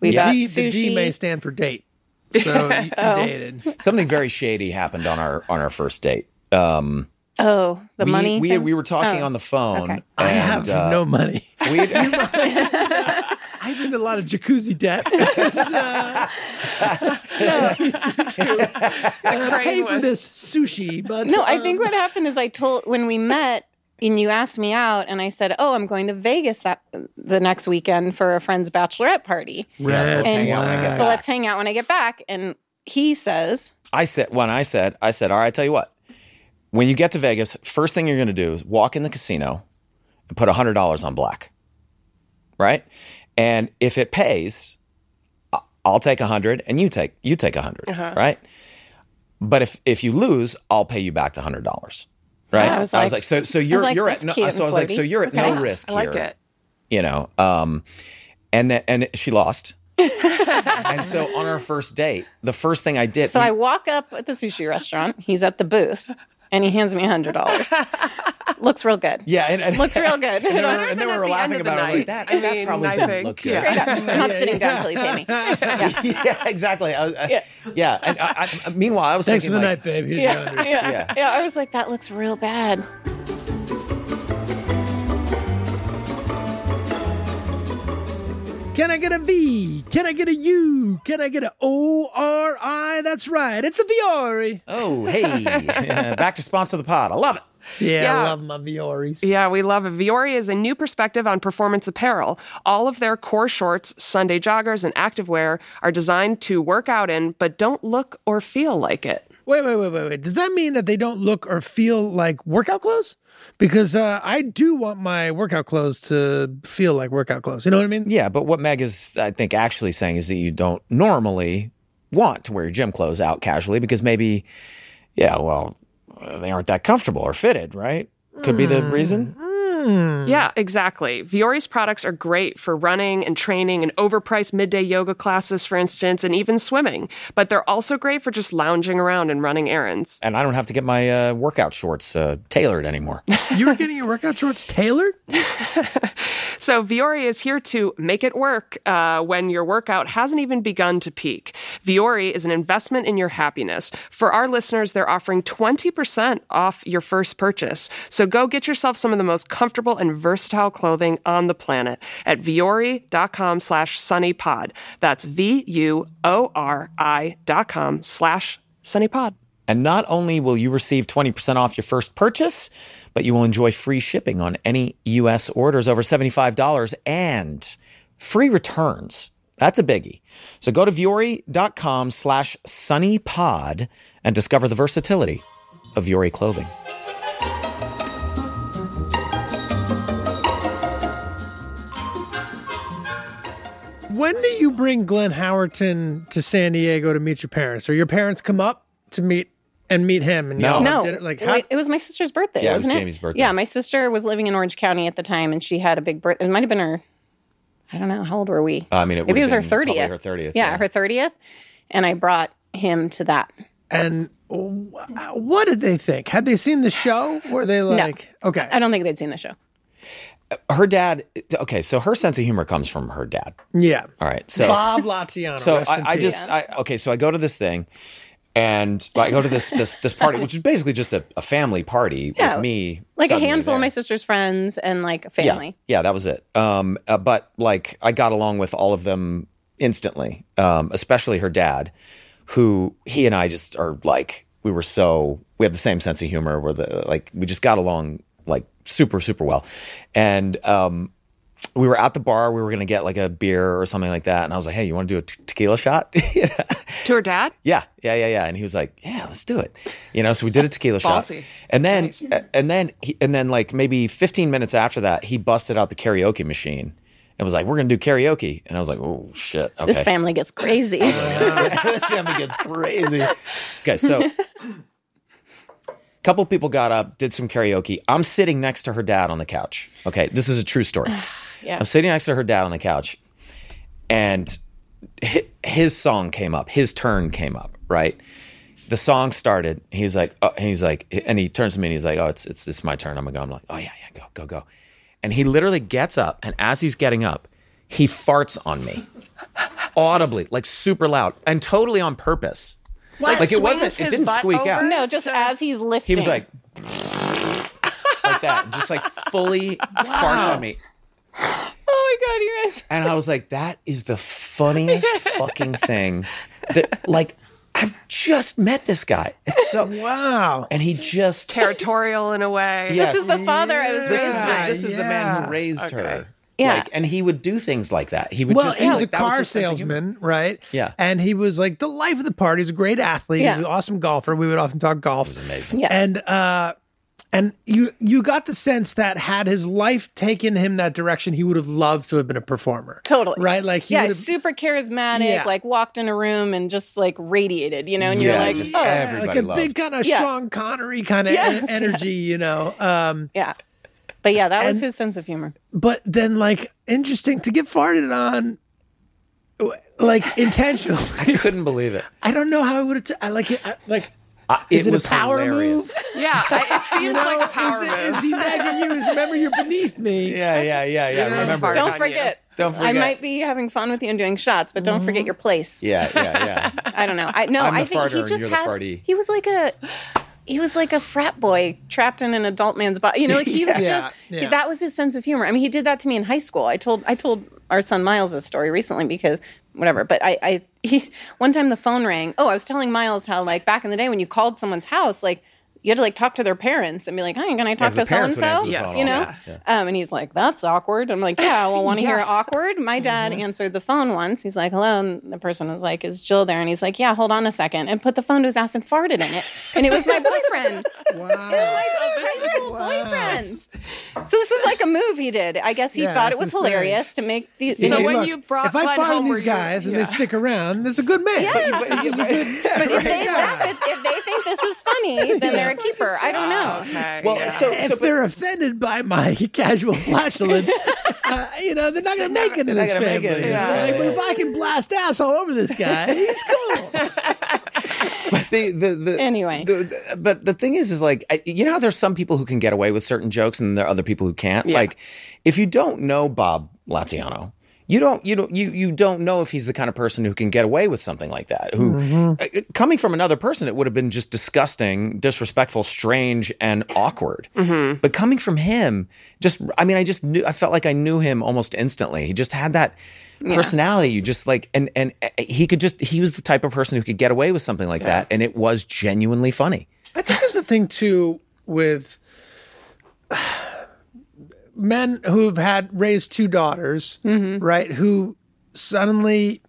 Speaker 4: We got
Speaker 1: D,
Speaker 4: sushi. Oh.
Speaker 1: the D may stand for date. So
Speaker 4: <laughs>
Speaker 1: you dated.
Speaker 5: Something very shady happened on our on our first date. Um,
Speaker 4: Oh, the
Speaker 5: we,
Speaker 4: money.
Speaker 5: we
Speaker 4: thing?
Speaker 5: we were talking
Speaker 4: Oh.
Speaker 5: on the phone.
Speaker 4: okay.
Speaker 1: I have
Speaker 5: and, uh,
Speaker 1: no money.
Speaker 4: <laughs>
Speaker 5: we- <laughs>
Speaker 1: I'm in a lot of jacuzzi debt. <laughs> uh,
Speaker 4: <laughs>
Speaker 2: The crane
Speaker 1: uh, Pay for
Speaker 2: was-
Speaker 1: this sushi, but
Speaker 4: No, I
Speaker 1: um,
Speaker 4: think what happened is I told when we met and you asked me out, and I said, "Oh, I'm going to Vegas that the next weekend for a friend's bachelorette party.
Speaker 1: red
Speaker 5: Yeah, so
Speaker 4: And
Speaker 5: hang out when I get
Speaker 1: flag.
Speaker 4: so
Speaker 5: back.
Speaker 4: let's hang out when I get back." And he says,
Speaker 5: I said when I said I said, all right, I tell you what. When you get to Vegas, first thing you're going to do is walk in the casino and put hundred dollars on black, right? And if it pays, I- I'll take a hundred, and you take you take a 100
Speaker 4: Uh-huh.
Speaker 5: right? But if if you lose, I'll pay you back the hundred dollars, right?
Speaker 4: Yeah, I was like-
Speaker 5: so so you're
Speaker 4: like,
Speaker 5: you're at
Speaker 4: that's
Speaker 5: no, so I
Speaker 4: cute
Speaker 5: was
Speaker 4: and
Speaker 5: like, so
Speaker 4: flirty.
Speaker 5: you're at no
Speaker 4: Okay.
Speaker 5: risk
Speaker 2: I like
Speaker 5: here
Speaker 2: it.
Speaker 5: you know um and that and
Speaker 4: <laughs>
Speaker 5: she lost and so on our first date the first thing i did
Speaker 4: "So I walk up at the sushi restaurant. He's at the booth, and he hands me a hundred
Speaker 2: <laughs>
Speaker 4: dollars. Looks real good.
Speaker 5: yeah and, and
Speaker 4: Looks real good.
Speaker 5: <laughs> and they were,
Speaker 4: I'm
Speaker 5: and
Speaker 2: than
Speaker 5: they
Speaker 2: at
Speaker 5: were
Speaker 2: the end
Speaker 5: laughing
Speaker 2: of the
Speaker 5: about it I'm like
Speaker 2: night.
Speaker 5: that,
Speaker 2: I
Speaker 5: that
Speaker 2: mean,
Speaker 5: probably
Speaker 2: I
Speaker 5: didn't
Speaker 2: think,
Speaker 5: look
Speaker 2: yeah.
Speaker 5: good
Speaker 4: not sitting down until
Speaker 2: <laughs>
Speaker 4: you pay me.
Speaker 5: <laughs> yeah, exactly I, I, yeah, and I, I, meanwhile i was
Speaker 1: Thanks for the
Speaker 5: thinking
Speaker 1: night, babe. Here's your
Speaker 4: Yeah,
Speaker 1: hundred.
Speaker 5: Yeah.
Speaker 4: yeah, yeah. I was like, "That looks real bad."
Speaker 1: Can I get a V? Can I get a U? Can I get a O R I? That's right. It's a E. Viore.
Speaker 5: oh
Speaker 1: <laughs>
Speaker 5: hey Yeah, back to sponsor the pod i love it
Speaker 1: Yeah, I
Speaker 2: Yeah.
Speaker 1: love my Viores.
Speaker 2: Yeah, we love it. Viore is a new perspective on performance apparel. All of their core shorts, Sunday joggers, and activewear are designed to work out in, but don't look or feel like it.
Speaker 1: Wait, wait, wait, wait, wait. Does that mean that they don't look or feel like workout clothes? Because uh, I do want my workout clothes to feel like workout clothes. You know what I mean?
Speaker 5: yeah but what meg is i think actually saying is that you don't normally want to wear your gym clothes out casually because maybe yeah well they aren't that comfortable or fitted right could be
Speaker 2: Mm-hmm.
Speaker 5: the reason
Speaker 2: Yeah, exactly. Viore's products are great for running and training and overpriced midday yoga classes, for instance, and even swimming. But they're also great for just lounging around and running errands.
Speaker 5: and I don't have to get my uh, workout shorts uh, tailored anymore.
Speaker 1: You were getting your workout shorts tailored?
Speaker 2: So Viore is here to make it work uh, when your workout hasn't even begun to peak. Viore is an investment in your happiness. For our listeners, they're offering 20% off your first purchase. So go get yourself some of the most comfortable and versatile clothing on the planet at viore.com slash sunnypod. That's V-U-O-R-I dot com slash sunnypod.
Speaker 5: and not only will you receive 20% off your first purchase, but you will enjoy free shipping on any U.S. orders over $75 and free returns. That's a biggie. So go to viori.com slash sunnypod and discover the versatility of Viori clothing.
Speaker 1: When do you bring Glenn Howerton to San Diego to meet your parents? Or your parents come up to meet and meet him? And
Speaker 5: No.
Speaker 1: y'all have
Speaker 4: No,
Speaker 1: dinner? Oh, Like,
Speaker 4: Wait,
Speaker 1: how,
Speaker 4: it was my sister's birthday,
Speaker 5: Yeah, it was
Speaker 4: wasn't it?
Speaker 5: Jamie's birthday.
Speaker 4: Yeah, my sister was living in Orange County at the time, and she had a big birthday. It might have been her. I don't know how old were we.
Speaker 5: Uh, I mean, it
Speaker 4: maybe it was
Speaker 5: would've
Speaker 4: her
Speaker 5: been probably
Speaker 4: thirtieth.
Speaker 5: her 30th,
Speaker 4: Yeah,
Speaker 5: yeah.
Speaker 4: her thirtieth, and I brought him to that.
Speaker 1: and wh- what did they think? Had they seen the show? Were they like, okay.
Speaker 4: I don't think they'd seen the show.
Speaker 5: Her dad, okay, so her sense of humor comes from her dad.
Speaker 1: Yeah.
Speaker 5: All right, so...
Speaker 1: Bob Latiano.
Speaker 5: So
Speaker 1: rest in
Speaker 5: I, I
Speaker 1: peace.
Speaker 5: just I, okay. So I go to this thing, and I go to this this this party, which is basically just a, a family party
Speaker 4: Yeah,
Speaker 5: with me,
Speaker 4: Like a
Speaker 5: suddenly
Speaker 4: handful of
Speaker 5: there.
Speaker 4: my sister's friends and like a
Speaker 5: Yeah,
Speaker 4: family.
Speaker 5: yeah, that was it. Um, uh, but like I got along with all of them instantly, um, especially her dad, who he and I just are like we were so we have the same sense of humor. We're the like we just got along like super super well, and um, we were at the bar. We were gonna get like a beer or something like that, and I was like, hey, you want to do a t- tequila shot? <laughs>
Speaker 2: To her dad?
Speaker 5: Yeah, yeah, yeah, yeah. And he was like, "Yeah, let's do it." You know, so we did a tequila shot,
Speaker 2: Ballsy.
Speaker 5: and then and then he, and then like maybe 15 minutes after that, he busted out the karaoke machine and was like, "We're gonna do karaoke," and I was like, "Oh shit!" Okay.
Speaker 4: This family gets crazy.
Speaker 5: <laughs> this family gets crazy. Okay, so a couple people got up, did some karaoke. I'm sitting next to her dad on the couch. Okay, this is a
Speaker 2: <sighs>
Speaker 5: true story.
Speaker 4: Yeah.
Speaker 5: I'm sitting next to her dad on the couch, and hi- his song came up. His turn came up. Right. The song started. He's like, oh, he's like, and he turns to me and he's like, oh, it's it's it's my turn. I'm gonna go. I'm like, oh yeah, yeah, go, go, go. And he literally gets up, and as he's getting up, he farts on me audibly, like super loud, and totally on purpose.
Speaker 2: What?
Speaker 5: Like it
Speaker 2: Swings
Speaker 5: wasn't. It
Speaker 2: his
Speaker 5: didn't
Speaker 2: butt
Speaker 5: squeak
Speaker 2: over?
Speaker 5: out.
Speaker 4: No, just as he's lifting.
Speaker 5: He was like, like that, just like fully farts on me.
Speaker 4: "Oh my god, you guys!"
Speaker 5: And I was like, that is the funniest fucking thing that, like, I just met this guy. It's so,
Speaker 1: Wow.
Speaker 5: and he just,
Speaker 2: territorial in a way.
Speaker 5: Yes.
Speaker 4: This is the father I was
Speaker 5: this
Speaker 4: raised
Speaker 5: is,
Speaker 1: Yeah,
Speaker 5: the, this is the man
Speaker 1: yeah.
Speaker 5: who raised her.
Speaker 4: Yeah.
Speaker 5: Like, and he would do things like that. He would
Speaker 1: Well,
Speaker 5: just,
Speaker 1: he was a
Speaker 5: like, that
Speaker 1: car
Speaker 5: his sense of humor.
Speaker 1: salesman, right?
Speaker 5: Yeah.
Speaker 1: And he was like the life of the party. He's a great athlete.
Speaker 4: Yeah.
Speaker 1: He's an awesome golfer. We would often talk golf.
Speaker 5: Amazing.
Speaker 4: Yes.
Speaker 1: And uh and you you got the sense that had his life taken him that direction, he would have loved to have been a performer.
Speaker 4: Totally.
Speaker 1: Right? Like he
Speaker 4: yeah,
Speaker 1: would have
Speaker 4: super charismatic,
Speaker 1: Yeah.
Speaker 4: like walked in a room and just like radiated, you know, and
Speaker 5: Yeah,
Speaker 4: you're like,
Speaker 5: just
Speaker 4: oh,
Speaker 5: everybody
Speaker 1: like a
Speaker 5: loved.
Speaker 1: big kind of
Speaker 4: Yeah.
Speaker 1: Sean Connery kind of
Speaker 4: Yes,
Speaker 1: energy, you know. Um,
Speaker 4: yeah. But yeah, that was
Speaker 1: And-
Speaker 4: his sense of humor.
Speaker 1: but then like interesting to get farted on, w- like intentionally. <laughs>
Speaker 5: Couldn't believe it.
Speaker 1: I don't know how I would have. T- I like it. I, like,
Speaker 5: I-
Speaker 1: is it,
Speaker 5: was
Speaker 1: a power
Speaker 5: hilarious.
Speaker 1: move?
Speaker 2: Yeah, I,
Speaker 1: <laughs>
Speaker 2: it seems like a
Speaker 1: is,
Speaker 2: power
Speaker 1: it-
Speaker 2: move.
Speaker 1: is he nagging you? Is- Remember, you're beneath me.
Speaker 5: <laughs> Yeah,
Speaker 1: <laughs>
Speaker 5: yeah, yeah, yeah.
Speaker 2: know,
Speaker 5: Remember.
Speaker 2: fart-
Speaker 4: Don't
Speaker 2: on you.
Speaker 4: forget.
Speaker 5: Don't
Speaker 4: I
Speaker 5: forget. Mm-hmm.
Speaker 4: might be having fun with you and doing shots, but don't forget your place.
Speaker 5: Yeah,
Speaker 1: <laughs>
Speaker 5: yeah, yeah.
Speaker 4: I don't know. I no,
Speaker 5: I'm the
Speaker 4: I think
Speaker 5: farter
Speaker 4: he
Speaker 5: and
Speaker 4: just
Speaker 5: you're the
Speaker 4: had
Speaker 5: farty.
Speaker 4: he was like a he was like a frat boy trapped in an adult man's body. You know, like he
Speaker 5: <laughs>
Speaker 4: was
Speaker 1: Yeah,
Speaker 4: just he-
Speaker 1: yeah.
Speaker 4: that was his sense of humor. I mean, he did that to me in high school. I told I told our son Miles this story recently because whatever. But I I <laughs> he one time the phone rang. Oh, I was telling Miles how like back in the day when you called someione's house, like you had to like talk to their parents and be like, "Hi, can I talk
Speaker 5: the
Speaker 4: to so and
Speaker 5: parents would answer
Speaker 4: so?"
Speaker 5: the phone
Speaker 4: You know,
Speaker 5: all
Speaker 2: the
Speaker 4: um, and he's like, "That's awkward." I'm like, "Yeah, well, want to
Speaker 1: <laughs>
Speaker 4: hear awkward?" My dad
Speaker 1: Mm-hmm.
Speaker 4: answered the phone once. He's like, "Hello," and the person was like, "Is Jill there?" And he's like, "Yeah, hold on a second. and put the phone to his ass and farted in it, and it was
Speaker 1: <laughs>
Speaker 4: my boyfriend.
Speaker 1: Wow.
Speaker 4: high school boyfriend. So this was like a move he did. I guess he
Speaker 1: Yeah,
Speaker 4: thought
Speaker 1: that's
Speaker 4: it was
Speaker 1: his thing.
Speaker 4: hilarious to make these.
Speaker 2: So
Speaker 1: Hey,
Speaker 2: when
Speaker 1: look,
Speaker 2: you brought
Speaker 1: if I
Speaker 2: Glenn
Speaker 1: find
Speaker 2: home, were
Speaker 1: these
Speaker 2: you-
Speaker 1: guys and
Speaker 2: yeah.
Speaker 1: they stick around, there's a good man.
Speaker 4: Yeah.
Speaker 1: This is a good-
Speaker 4: but if they,
Speaker 1: Yeah.
Speaker 4: laugh at- if they think this
Speaker 1: <laughs>
Speaker 4: is funny, then they're a keeper. I don't know.
Speaker 2: Oh, Okay,
Speaker 5: Well,
Speaker 2: yeah.
Speaker 5: so, so
Speaker 1: if they're offended by my <laughs> casual flatulence, uh, you know they're not going to make it in
Speaker 5: not
Speaker 1: this
Speaker 5: gonna make
Speaker 1: family.
Speaker 5: it. Yeah.
Speaker 1: They're like, but if I can blast ass all over this guy, he's cool.
Speaker 5: the, the, the,
Speaker 4: Anyway.
Speaker 5: the- the- but the thing is, is like, I- you know how there's some people who can get away with certain jokes and there are other people who can't? Like, if you don't know Bob Latiano, you don't, you don't, you, you don't know if he's the kind of person who can get away with something like that. Who, uh, coming from another person, it would have been just disgusting, disrespectful, strange, and awkward. But coming from him, just, I mean, I just knew, I felt like I knew him almost instantly. He just had that personality. You just like, and and uh, he could just, he was the type of person who could get away with something like that, and it was genuinely funny.
Speaker 1: I think there's a thing too with men who've had raised two daughters,
Speaker 4: Mm-hmm.
Speaker 1: right? Who suddenly,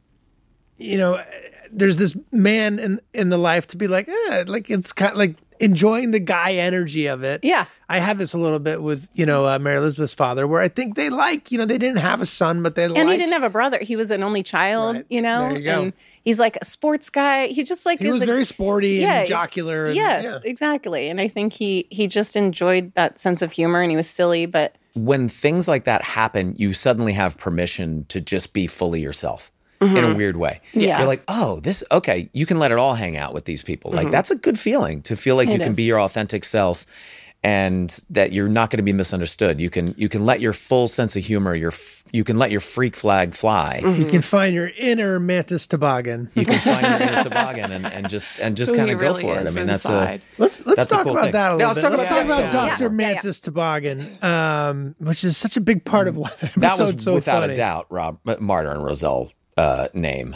Speaker 1: you know, there's this man in in the life to be like, eh, like it's kind of like enjoying the guy energy of it.
Speaker 4: Yeah.
Speaker 1: I have this a little bit with you know uh, Mary Elizabeth's father, where I think they like you know they didn't have a son, but they like
Speaker 4: And he didn't have a brother. He was an only child,
Speaker 1: Right.
Speaker 4: you know?
Speaker 1: There you go.
Speaker 4: And he's like a sports guy. He just like
Speaker 1: he
Speaker 4: is
Speaker 1: was
Speaker 4: a-
Speaker 1: very sporty and
Speaker 4: he's-
Speaker 1: jocular. And,
Speaker 4: yes,
Speaker 1: yeah.
Speaker 4: exactly. And I think he he just enjoyed that sense of humor and he was silly, but
Speaker 5: when things like that happen, you suddenly have permission to just be fully yourself in
Speaker 2: Mm-hmm.
Speaker 5: a weird way.
Speaker 4: Yeah.
Speaker 5: You're like, oh, this, okay, you can let it all hang out with these people.
Speaker 2: Mm-hmm.
Speaker 5: Like, that's a good feeling to feel like you can
Speaker 4: is.
Speaker 5: be your authentic self and that you're not going to be misunderstood. You can, you can let your full sense of humor, your, f- you can let your freak flag fly.
Speaker 2: Mm-hmm.
Speaker 1: You can find your inner mantis toboggan.
Speaker 5: You can find your
Speaker 2: <laughs>
Speaker 5: inner toboggan and, and just, and just
Speaker 2: Who
Speaker 5: kind
Speaker 2: he
Speaker 5: of
Speaker 2: really
Speaker 5: go for it. I
Speaker 2: is
Speaker 5: mean,
Speaker 2: inside.
Speaker 5: that's a,
Speaker 1: Let's let's
Speaker 5: That's a
Speaker 1: talk
Speaker 5: cool
Speaker 1: about
Speaker 5: thing.
Speaker 1: that a
Speaker 5: Yeah,
Speaker 1: little
Speaker 5: let's
Speaker 1: bit.
Speaker 5: talk
Speaker 1: let's
Speaker 5: about
Speaker 1: talk
Speaker 5: that.
Speaker 1: about
Speaker 5: Yeah,
Speaker 1: Doctor
Speaker 4: yeah, yeah.
Speaker 1: Mantis Toboggan, um, which is such a big part of why that
Speaker 5: Mm. that
Speaker 1: episode's
Speaker 5: was
Speaker 1: so
Speaker 5: without
Speaker 1: funny.
Speaker 5: a doubt, Rob, Martyr and Roselle, uh, name.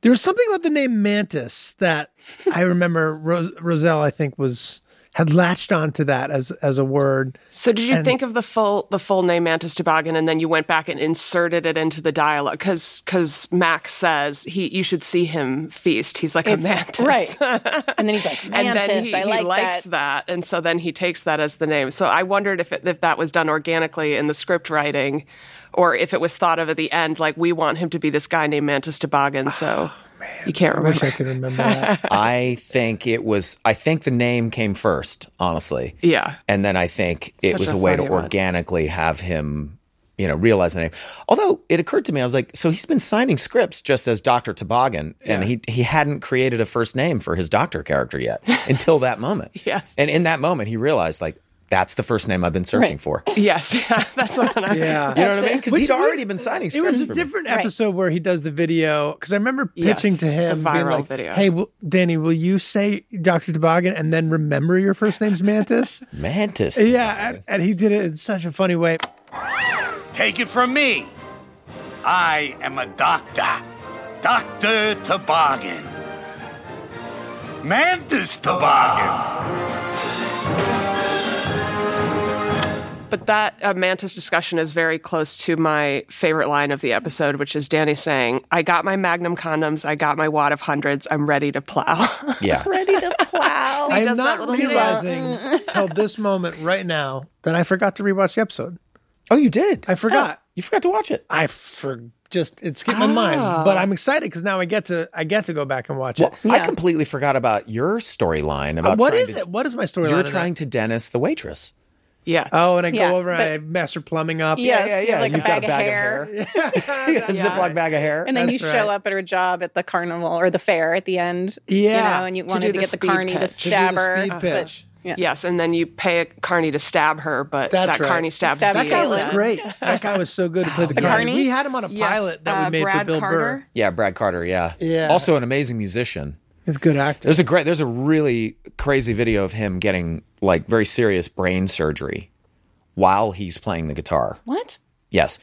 Speaker 1: There was something about the name Mantis that I remember. Ros- Roselle, I think, was had latched onto that as as a word.
Speaker 2: So did you think of the full the full name Mantis Toboggan and then you went back and inserted it into the dialogue because because Max says he you should see him feast. He's like a mantis,
Speaker 4: right. and then he's like,
Speaker 2: <laughs> And
Speaker 4: Mantis,
Speaker 2: then he,
Speaker 4: I
Speaker 2: he
Speaker 4: like
Speaker 2: likes
Speaker 4: that.
Speaker 2: that. and so then he takes that as the name. So I wondered if it, if that was done organically in the script writing, or if it was thought of at the end, like we want him to be this guy named Mantis Toboggan. So you can't
Speaker 1: I wish
Speaker 2: remember.
Speaker 1: I could remember
Speaker 5: <laughs>
Speaker 1: that.
Speaker 5: I think it was. I think the name came first, honestly.
Speaker 2: Yeah.
Speaker 5: And then I think it
Speaker 2: Such
Speaker 5: was
Speaker 2: a
Speaker 5: a, way to
Speaker 2: funny one.
Speaker 5: organically have him, you know, realize the name. Although it occurred to me, I was like, so he's been signing scripts just as Doctor Toboggan, and he he hadn't
Speaker 1: <laughs>
Speaker 5: created a first name for his doctor character yet until that moment.
Speaker 2: Yes.
Speaker 5: And in that moment, he realized like. that's the first name I've been searching
Speaker 1: <laughs>
Speaker 4: Right.
Speaker 5: for.
Speaker 2: Yes, <laughs> yeah, that's what I
Speaker 1: Yeah.
Speaker 5: You know what I mean? Because
Speaker 1: Which
Speaker 5: he'd
Speaker 1: would-
Speaker 5: already been signing
Speaker 1: It
Speaker 5: scripts.
Speaker 1: was a
Speaker 5: for me.
Speaker 1: different
Speaker 4: Right.
Speaker 1: episode where he does the video because I remember
Speaker 2: Yes,
Speaker 1: pitching to
Speaker 2: the
Speaker 1: him, being
Speaker 2: viral
Speaker 1: like,
Speaker 2: video.
Speaker 1: "Hey, will, Danny, will you say Doctor Toboggan and then remember your first name's
Speaker 5: <laughs>
Speaker 1: Mantis?"
Speaker 5: Mantis.
Speaker 1: yeah, and, and he did it in such a funny way.
Speaker 3: Take it from me. I am a doctor. Dr. Toboggan. Mantis Toboggan.
Speaker 2: But that uh, mantis discussion is very close to my favorite line of the episode, which is Danny saying, I got my magnum condoms, I got my wad of hundreds, I'm ready to plow. <laughs>
Speaker 1: <laughs>
Speaker 5: Yeah.
Speaker 4: Ready to plow.
Speaker 1: I am
Speaker 2: does that
Speaker 1: not
Speaker 2: little video.
Speaker 1: realizing till this moment right now that I forgot to rewatch the episode.
Speaker 5: Oh, you did. Oh,
Speaker 1: I forgot.
Speaker 5: you forgot to watch it.
Speaker 1: I for just it skipped my mind, but I'm excited because now I get to I get to go back and watch
Speaker 5: Well,
Speaker 1: it.
Speaker 5: I
Speaker 4: Yeah.
Speaker 5: completely forgot about your storyline
Speaker 1: Uh,
Speaker 5: about
Speaker 1: What
Speaker 5: trying
Speaker 1: is
Speaker 5: to-
Speaker 1: it? What is my storyline?
Speaker 5: You were
Speaker 1: in that?
Speaker 5: trying to Dennis the waitress.
Speaker 2: yeah.
Speaker 1: Oh, and I
Speaker 4: Yeah,
Speaker 1: go over and
Speaker 4: but-
Speaker 1: I master plumbing up.
Speaker 4: yes,
Speaker 5: yeah,
Speaker 4: you have
Speaker 5: yeah,
Speaker 4: like
Speaker 5: you've
Speaker 4: a bag,
Speaker 5: got
Speaker 4: of hair.
Speaker 5: a Ziploc bag of hair.
Speaker 1: <laughs>
Speaker 4: And then you
Speaker 1: That's
Speaker 4: show
Speaker 1: right.
Speaker 4: up at her job at the carnival or the fair at the end.
Speaker 1: Yeah.
Speaker 4: You know, and you
Speaker 1: To
Speaker 2: do
Speaker 4: wanted to
Speaker 2: the
Speaker 4: get the
Speaker 2: speed
Speaker 4: carny to
Speaker 2: pitch. To do
Speaker 1: Do the
Speaker 4: stab her.
Speaker 1: speed
Speaker 4: but-
Speaker 1: pitch.
Speaker 4: yeah.
Speaker 2: Yes, and then you pay a carny to stab her, but
Speaker 1: That's
Speaker 2: that
Speaker 1: right.
Speaker 2: carny stabs
Speaker 4: Stab
Speaker 1: That guy
Speaker 4: Yeah.
Speaker 2: Daniela.
Speaker 1: was great. That guy was so good to play the,
Speaker 4: carny?
Speaker 1: We had him on a
Speaker 2: Yes,
Speaker 1: pilot that
Speaker 2: uh,
Speaker 1: we made
Speaker 2: Brad
Speaker 1: for Bill Burr.
Speaker 2: Carter.
Speaker 5: yeah, Brad Carter. Yeah.
Speaker 1: Yeah.
Speaker 5: Also an amazing musician.
Speaker 1: He's a good actor.
Speaker 5: There's a great. There's a really crazy video of him getting like very serious brain surgery while he's playing the guitar.
Speaker 4: What?
Speaker 5: Yes.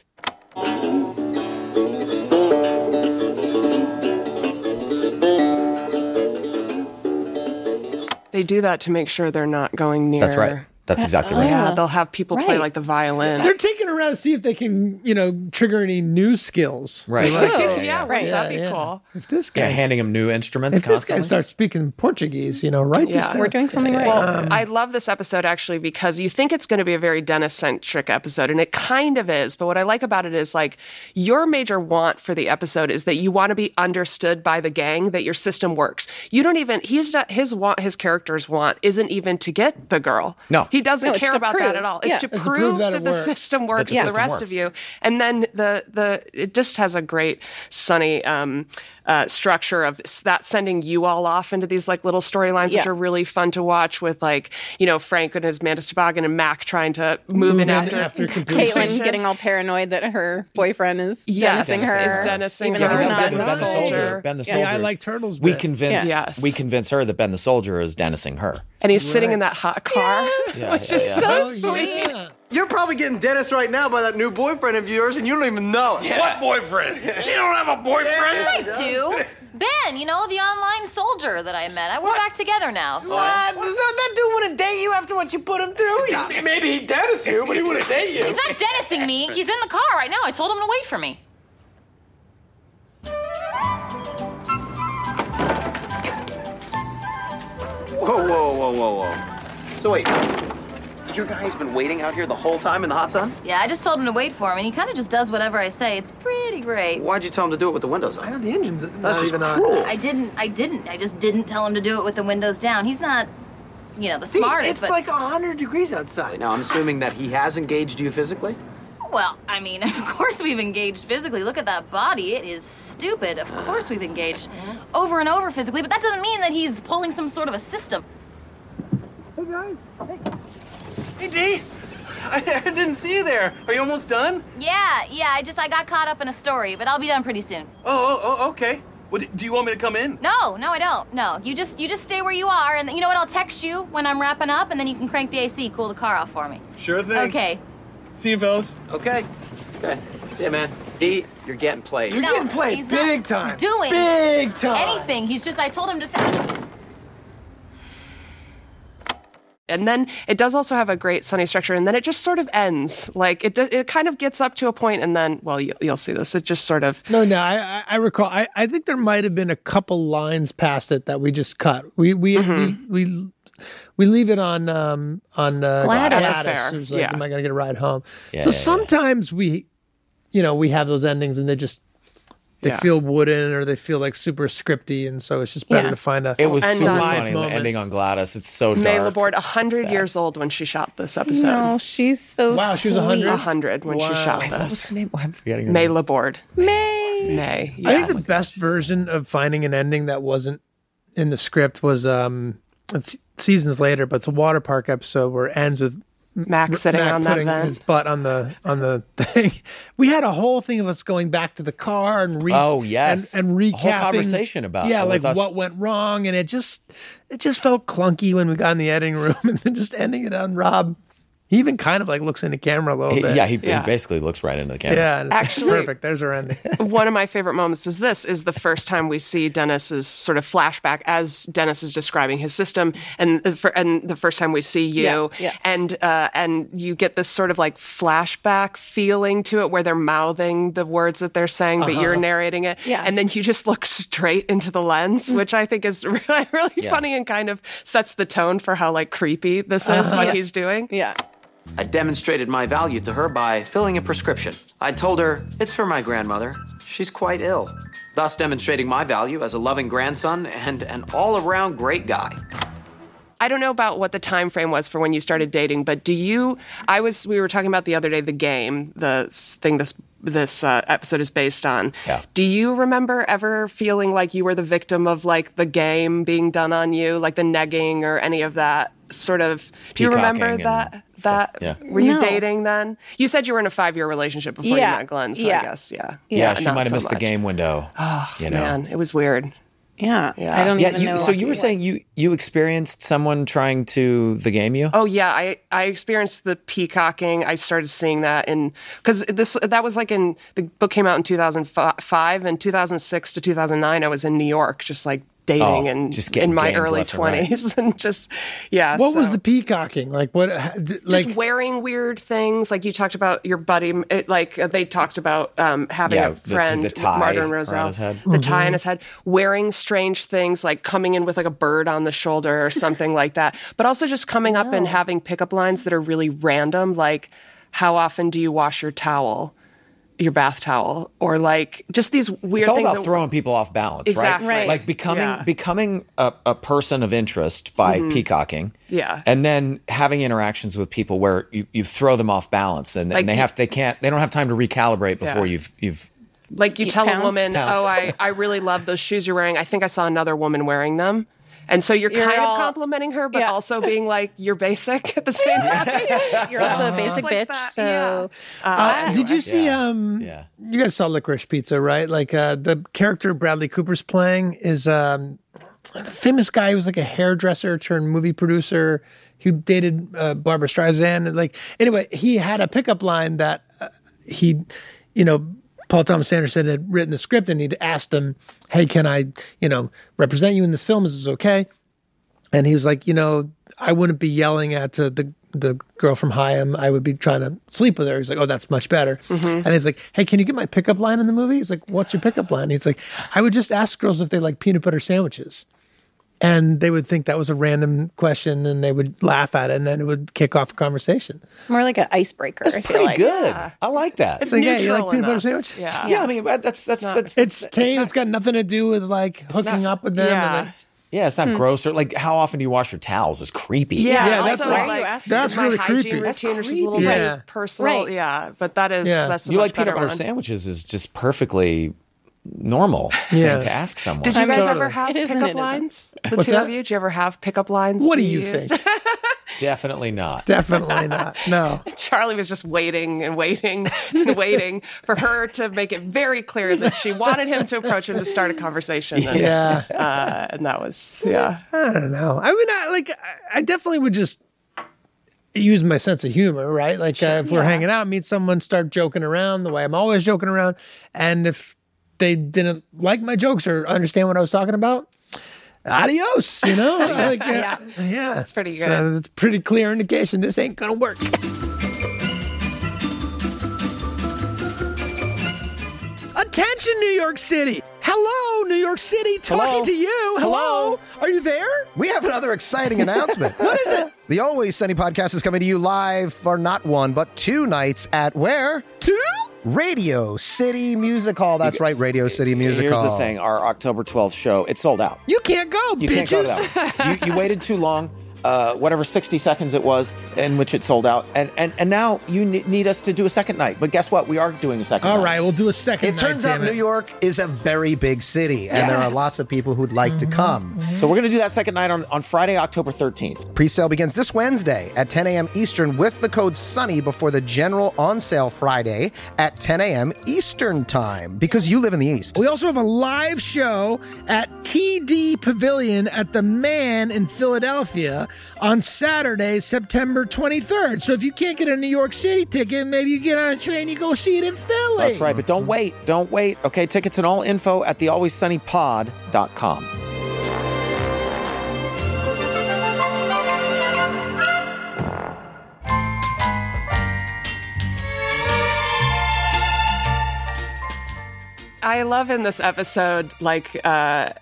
Speaker 2: They do that to make sure they're not going near.
Speaker 5: That's right. That's exactly right.
Speaker 2: Oh, Yeah, they'll have people play
Speaker 4: Right.
Speaker 2: like the violin. <laughs>
Speaker 1: They're taking around to see if they can, you know, trigger any new skills.
Speaker 5: Right.
Speaker 1: They're like,
Speaker 2: yeah,
Speaker 4: right.
Speaker 2: right. That'd be
Speaker 1: yeah.
Speaker 2: cool.
Speaker 1: If this guy,
Speaker 5: Yeah, handing him new instruments
Speaker 1: if this guy
Speaker 5: constantly.
Speaker 1: starts speaking Portuguese, you know, right?
Speaker 2: Yeah.
Speaker 1: This down.
Speaker 4: We're doing something right.
Speaker 5: Um,
Speaker 2: Well, I love this episode actually because you think it's going to be a very Dennis centric episode, and it kind of is. But what I like about it is like your major want for the episode is that you want to be understood by the gang that your system works. You don't even he's not, his want his character's want isn't even to get the girl.
Speaker 5: No.
Speaker 2: he doesn't
Speaker 4: No, it's
Speaker 2: care
Speaker 4: to
Speaker 2: about
Speaker 4: prove.
Speaker 2: that at all.
Speaker 4: Yeah.
Speaker 2: It's to
Speaker 1: It's
Speaker 2: prove,
Speaker 1: to prove that
Speaker 2: that,
Speaker 1: it
Speaker 2: the
Speaker 1: works.
Speaker 2: system works
Speaker 5: the
Speaker 2: to the
Speaker 5: system
Speaker 2: rest
Speaker 5: works.
Speaker 2: of you, and then the the it just has a great sunny um, uh, structure of s- that sending you all off into these like little storylines,
Speaker 4: Yeah.
Speaker 2: which are really fun to watch with like you know Frank and his Mantis Toboggan and Mac trying to move,
Speaker 1: Move
Speaker 2: in, after.
Speaker 1: completion.
Speaker 4: Caitlin getting all paranoid that her boyfriend is
Speaker 2: Yes,
Speaker 4: denizing
Speaker 2: is
Speaker 4: her.
Speaker 2: denizing
Speaker 4: even
Speaker 2: her.
Speaker 4: though
Speaker 5: Yeah,
Speaker 1: Yeah,
Speaker 4: he's not
Speaker 5: Ben
Speaker 1: Ben
Speaker 4: a
Speaker 5: the soldier.
Speaker 4: soldier.
Speaker 5: Ben the
Speaker 1: Yeah,
Speaker 5: soldier.
Speaker 1: I like turtles.
Speaker 5: we
Speaker 1: bit.
Speaker 5: convince
Speaker 4: Yeah.
Speaker 2: Yes.
Speaker 5: we convince her that Ben the soldier is dennising her.
Speaker 2: <laughs> and he's sitting in that hot car, <laughs>
Speaker 5: Yeah,
Speaker 2: which
Speaker 5: yeah,
Speaker 2: is
Speaker 5: yeah.
Speaker 2: so
Speaker 1: Oh,
Speaker 2: sweet.
Speaker 1: yeah.
Speaker 6: You're probably getting Dennis right now by that new boyfriend of yours, and you don't even know. it.
Speaker 3: What boyfriend? She don't have a boyfriend.
Speaker 7: I do. Ben, you know, the online soldier that I met. I, we're back together now. So-
Speaker 6: What? Does not that dude want to date you after what you put him through? Yeah.
Speaker 3: Maybe he dennis you, but he wouldn't date you.
Speaker 7: He's not dennising me. He's in the car right now. I told him to wait for me.
Speaker 8: Whoa, whoa, whoa, whoa, whoa. So wait, your guy's been waiting out here the whole time in the hot sun?
Speaker 7: Yeah, I just told him to wait for him, and he kind of just does whatever I say. It's pretty great.
Speaker 8: Why'd you tell him to do it with the windows up?
Speaker 6: The engine's
Speaker 8: That's
Speaker 6: not
Speaker 8: just
Speaker 6: even on.
Speaker 8: cruel.
Speaker 7: I didn't. I didn't. I just didn't tell him to do it with the windows down. He's not, you know, the
Speaker 6: See,
Speaker 7: smartest.
Speaker 6: it's
Speaker 7: but
Speaker 6: like 100 degrees outside.
Speaker 8: Now, I'm assuming that he has engaged you physically?
Speaker 7: well, I mean, <laughs> of course we've engaged physically. Look at that body. It is stupid. Of course we've engaged over and over physically, but that doesn't mean that he's pulling some sort of a system.
Speaker 6: Hey, D. <laughs> I didn't see you there. Are you almost done?
Speaker 7: Yeah, yeah. I just I got caught up in a story, but I'll be done pretty soon.
Speaker 6: Oh, oh, oh okay. Well, d- do you want me to come in?
Speaker 7: No, no, I don't. No, you just you just stay where you are, and you know what? I'll text you when I'm wrapping up, and then you can crank the AC, cool the car off for me.
Speaker 6: Sure thing.
Speaker 7: Okay.
Speaker 6: See you, fellas.
Speaker 8: Okay. Okay. See ya, man. D, you're getting played.
Speaker 7: no,
Speaker 1: getting played
Speaker 7: he's not
Speaker 1: big time.
Speaker 7: Doing
Speaker 1: big time.
Speaker 7: anything. He's just I told him to. Say,
Speaker 2: And then it does also have a great sunny structure, and then it just sort of ends. Like it, do- it kind of gets up to a point, and then well, you, you'll see this. It just sort of
Speaker 1: No, no, I, I- I recall. I, I think there might have been a couple lines past it that we just cut. We we we, we we leave it on um on uh,
Speaker 4: Gladys.
Speaker 2: Fair.
Speaker 1: It was like,
Speaker 2: Yeah.
Speaker 1: am I gonna get a ride home?
Speaker 5: Yeah,
Speaker 1: so
Speaker 5: yeah, yeah.
Speaker 1: sometimes we, you know, we have those endings and they just they
Speaker 2: Yeah.
Speaker 1: feel wooden or they feel like super scripty, and so it's just better
Speaker 4: Yeah.
Speaker 1: to find a.
Speaker 5: It was
Speaker 2: And
Speaker 5: super
Speaker 2: the-
Speaker 1: Live
Speaker 5: funny
Speaker 1: moment.
Speaker 5: ending on Gladys. It's so dark.
Speaker 2: May
Speaker 5: <laughs>
Speaker 2: Laborde, hundred
Speaker 5: sad.
Speaker 2: years old when she shot this episode.
Speaker 4: No, Oh, she's so
Speaker 1: Wow, she was 100?
Speaker 4: sweet.
Speaker 2: 100 when
Speaker 1: Wow.
Speaker 2: she shot
Speaker 5: What was
Speaker 2: this.
Speaker 5: her name? I'm forgetting her
Speaker 2: May
Speaker 5: name.
Speaker 2: Laborde.
Speaker 4: May.
Speaker 2: May.
Speaker 1: I
Speaker 2: Yes.
Speaker 1: think the best version of finding an ending that wasn't in the script was um it's seasons later, but it's a water park episode where it ends with
Speaker 2: Mac sitting
Speaker 1: Mac
Speaker 2: on that
Speaker 1: putting
Speaker 2: vent.
Speaker 1: his butt on the on the <laughs> thing. We had a whole thing of us going back to the car and re-
Speaker 5: Oh, yes.
Speaker 1: and, and
Speaker 5: A
Speaker 1: recapping
Speaker 5: whole conversation about-
Speaker 1: yeah
Speaker 5: with
Speaker 1: like
Speaker 5: us-
Speaker 1: what went wrong and it just it just felt clunky when we got in the editing room <laughs> and then just ending it on Rob. He even kind of like looks into camera a little
Speaker 5: He-
Speaker 1: bit.
Speaker 5: yeah, he, he
Speaker 2: Yeah.
Speaker 5: basically looks right into the camera.
Speaker 1: yeah. and it's like,
Speaker 2: Actually-
Speaker 1: perfect. There's our
Speaker 5: <laughs>
Speaker 1: ending.
Speaker 2: <laughs> one of my favorite moments is this is the first time we see Dennis's sort of flashback as Dennis is describing his system and the fir- and the first time we see you
Speaker 4: Yeah, yeah.
Speaker 2: and uh, and you get this sort of like flashback feeling to it where they're mouthing the words that they're saying but you're narrating it
Speaker 4: Yeah.
Speaker 2: and then you just look straight into the lens which I think is <laughs> really, really funny and kind of sets the tone for how like creepy this is what he's doing
Speaker 4: Yeah.
Speaker 8: I demonstrated my value to her by filling a prescription. I told her, it's for my grandmother. She's quite ill. Thus demonstrating my value as a loving grandson and an all around great guy.
Speaker 2: I don't know about what the time frame was for when you started dating, but do you? I was. We were talking about the other day the game, the s- thing this this uh, episode is based on.
Speaker 5: Yeah.
Speaker 2: Do you remember ever feeling like you were the victim of like the game being done on you, like the negging or any of that sort of? Do you remember
Speaker 5: Peacocking
Speaker 2: that?
Speaker 5: and
Speaker 2: That
Speaker 5: stuff, yeah.
Speaker 2: were you
Speaker 4: No.
Speaker 2: dating then? You said you were in a five year relationship before
Speaker 4: Yeah,
Speaker 2: you met Glenn, so
Speaker 4: yeah.
Speaker 2: I guess yeah.
Speaker 5: Yeah, she
Speaker 2: not
Speaker 5: might have
Speaker 2: so
Speaker 5: missed the
Speaker 2: much.
Speaker 5: game window. you know.
Speaker 2: Man, it was weird.
Speaker 4: Yeah. I don't
Speaker 5: Yeah,
Speaker 4: even know.
Speaker 5: you, so you were
Speaker 4: Yeah.
Speaker 5: saying you you experienced someone trying to the game you?
Speaker 2: Oh yeah, I I experienced the peacocking. I started seeing that in because this that was like in the book came out in 2005 and 2006 to 2009. I was in New York, just like dating
Speaker 5: Oh,
Speaker 2: and
Speaker 5: just getting
Speaker 2: in my
Speaker 5: gamed
Speaker 2: early
Speaker 5: left and right.
Speaker 2: 20s <laughs> and just yeah.
Speaker 1: What was
Speaker 2: so-
Speaker 1: the peacocking like? What how- d- like?
Speaker 2: just wearing weird things, like you talked about your buddy. It, like uh, they talked about um, having
Speaker 5: Yeah,
Speaker 2: a
Speaker 5: the-
Speaker 2: friend,
Speaker 5: the tie
Speaker 2: Martin
Speaker 5: around
Speaker 2: Roselle,
Speaker 5: his head.
Speaker 2: the tie on his head, wearing strange things, like coming in with like a bird on the shoulder or something like that. But also just coming up and having pickup lines that are really random, like how often do you wash your towel, your bath towel, or like just these weird
Speaker 5: It's all
Speaker 2: things.
Speaker 5: about
Speaker 2: that-
Speaker 5: throwing people off balance,
Speaker 2: Exactly.
Speaker 5: right?
Speaker 4: Right.
Speaker 5: Like becoming
Speaker 2: Yeah. Mm-hmm.
Speaker 5: becoming a, a person of interest by peacocking.
Speaker 2: Yeah.
Speaker 5: And then having interactions with people where you, you throw them off balance and,
Speaker 2: Like-
Speaker 5: and they have they can't they don't have time to recalibrate before
Speaker 2: Yeah.
Speaker 5: you've you've
Speaker 2: Like you tell
Speaker 4: pounds?
Speaker 2: a woman,
Speaker 5: Pounds.
Speaker 2: "Oh, I, I really love those shoes you're wearing. I think I saw another woman wearing them." And so you're,
Speaker 4: You're
Speaker 2: kind
Speaker 4: all-
Speaker 2: of complimenting her, but
Speaker 4: Yeah.
Speaker 2: <laughs> also being like, "You're basic" at the same time.
Speaker 4: You're also a basic
Speaker 2: like
Speaker 4: bitch.
Speaker 2: that,
Speaker 4: so
Speaker 1: Uh, did you see?
Speaker 5: Yeah.
Speaker 1: Um,
Speaker 5: yeah.
Speaker 1: you guys saw Licorice Pizza, right? Like uh, the character Bradley Cooper's playing is um, a famous guy who was like a hairdresser turned movie producer who dated uh, Barbara Streisand. And, Like anyway, he had a pickup line that uh, he, you know, Paul Thomas Anderson had written the script and he'd asked him, "Hey, can I, you know, represent you in this film? Is this okay?" and he was like, you know, I wouldn't be yelling at uh, the the girl from Hyam. I would be trying to sleep with her. He's like, oh, that's much better.
Speaker 2: Mm-hmm.
Speaker 1: And he's like, hey, can you get my pickup line in the movie? He's like, what's your pickup line? He's like, I would just ask girls if they like peanut butter sandwiches. And they would think that was a random question and they would laugh at it and then it would kick off a conversation.
Speaker 4: more like an icebreaker. I
Speaker 5: That's
Speaker 4: feel
Speaker 5: pretty
Speaker 4: like.
Speaker 5: good. I like that.
Speaker 2: It's
Speaker 1: It's like, yeah, you like
Speaker 2: neutral
Speaker 1: peanut butter
Speaker 2: enough.
Speaker 1: sandwiches?
Speaker 2: Yeah.
Speaker 5: yeah, I mean that- that's that's that's
Speaker 1: It's tame. it's got nothing to do with like hooking
Speaker 2: not-
Speaker 1: up with them.
Speaker 2: yeah.
Speaker 1: And, like,
Speaker 5: yeah, it's not gross or like how often do you wash your towels is creepy.
Speaker 2: <laughs> Hmm. Yeah,
Speaker 1: Yeah,
Speaker 2: also,
Speaker 1: that's like-
Speaker 4: Why are you asking?
Speaker 1: that's
Speaker 2: is my
Speaker 1: really
Speaker 2: hygiene
Speaker 1: creepy.
Speaker 2: routine,
Speaker 1: That's
Speaker 2: which is a little
Speaker 1: creepy.
Speaker 2: bit
Speaker 1: Yeah.
Speaker 2: personal.
Speaker 4: Right.
Speaker 2: Yeah, but that is
Speaker 1: Yeah.
Speaker 2: that's a
Speaker 5: you
Speaker 2: much
Speaker 5: like peanut
Speaker 2: better
Speaker 5: butter
Speaker 2: one.
Speaker 5: sandwiches is just perfectly normal
Speaker 1: Yeah.
Speaker 5: thing to ask someone.
Speaker 2: Did you guys
Speaker 1: Totally.
Speaker 2: ever have
Speaker 4: It isn't, it
Speaker 2: pickup
Speaker 4: isn't.
Speaker 2: lines? The
Speaker 1: What's
Speaker 2: two
Speaker 1: that?
Speaker 2: of you, did you ever have pickup lines?
Speaker 1: What do you
Speaker 2: used?
Speaker 1: think?
Speaker 5: Definitely not.
Speaker 1: Definitely not. No.
Speaker 2: <laughs> Charlie was just waiting and waiting and waiting for her to make it very clear that she wanted him to approach him to start a conversation. And,
Speaker 1: <laughs> Yeah.
Speaker 2: uh, and that was yeah.
Speaker 1: I don't know. I mean, I, like, I- I definitely would just use my sense of humor, right? Like, uh, if we're hanging out, meet someone, start joking around the way I'm always joking around. And if they didn't like my jokes or understand what I was talking about, adios, you <laughs> know? Like, uh, yeah. yeah. It's
Speaker 2: pretty
Speaker 1: So
Speaker 2: good.
Speaker 1: it's pretty clear indication this ain't going to work. Attention, New York City. Hello, New York City. Talking
Speaker 9: Hello?
Speaker 1: to you. <laughs> Hello. Are you there?
Speaker 9: We have another exciting
Speaker 6: <laughs>
Speaker 9: announcement. what is it? The Always Sunny podcast is coming to you live for not one, but two nights at where?
Speaker 1: Two?
Speaker 9: Radio City Music Hall. That's right, Radio City Music
Speaker 5: Here's
Speaker 9: Hall.
Speaker 5: the thing: our October 12th show, it sold out.
Speaker 1: You can't go,
Speaker 5: You
Speaker 1: bitches.
Speaker 5: can't go to that. one. you, you waited too long. uh, whatever 60 seconds it was in which it sold out. And and, and now you ne- need us to do a second night. But guess what? We are doing a second
Speaker 1: All
Speaker 5: night.
Speaker 1: right, we'll do a second.
Speaker 9: It turns
Speaker 1: night,
Speaker 9: out
Speaker 1: damn
Speaker 9: New
Speaker 1: it.
Speaker 9: York is a very big city, and there are lots of people who'd like to come.
Speaker 5: So we're going to do that second night on, on Friday, October 13th.
Speaker 9: Pre-sale begins this Wednesday at 10 a.m. Eastern with the code SUNNY before the general on sale Friday at 10 a.m. Eastern time because you live in the East.
Speaker 1: We also have a live show at TD Pavilion at the Man in Philadelphia on Saturday, September 23rd. So if you can't get a New York City ticket, maybe you get on a train, you go see it in Philly.
Speaker 5: That's right. But don't wait. Don't wait. Okay. Tickets and all info at the alwayssunnypod.com.
Speaker 2: I love in this episode, like uh,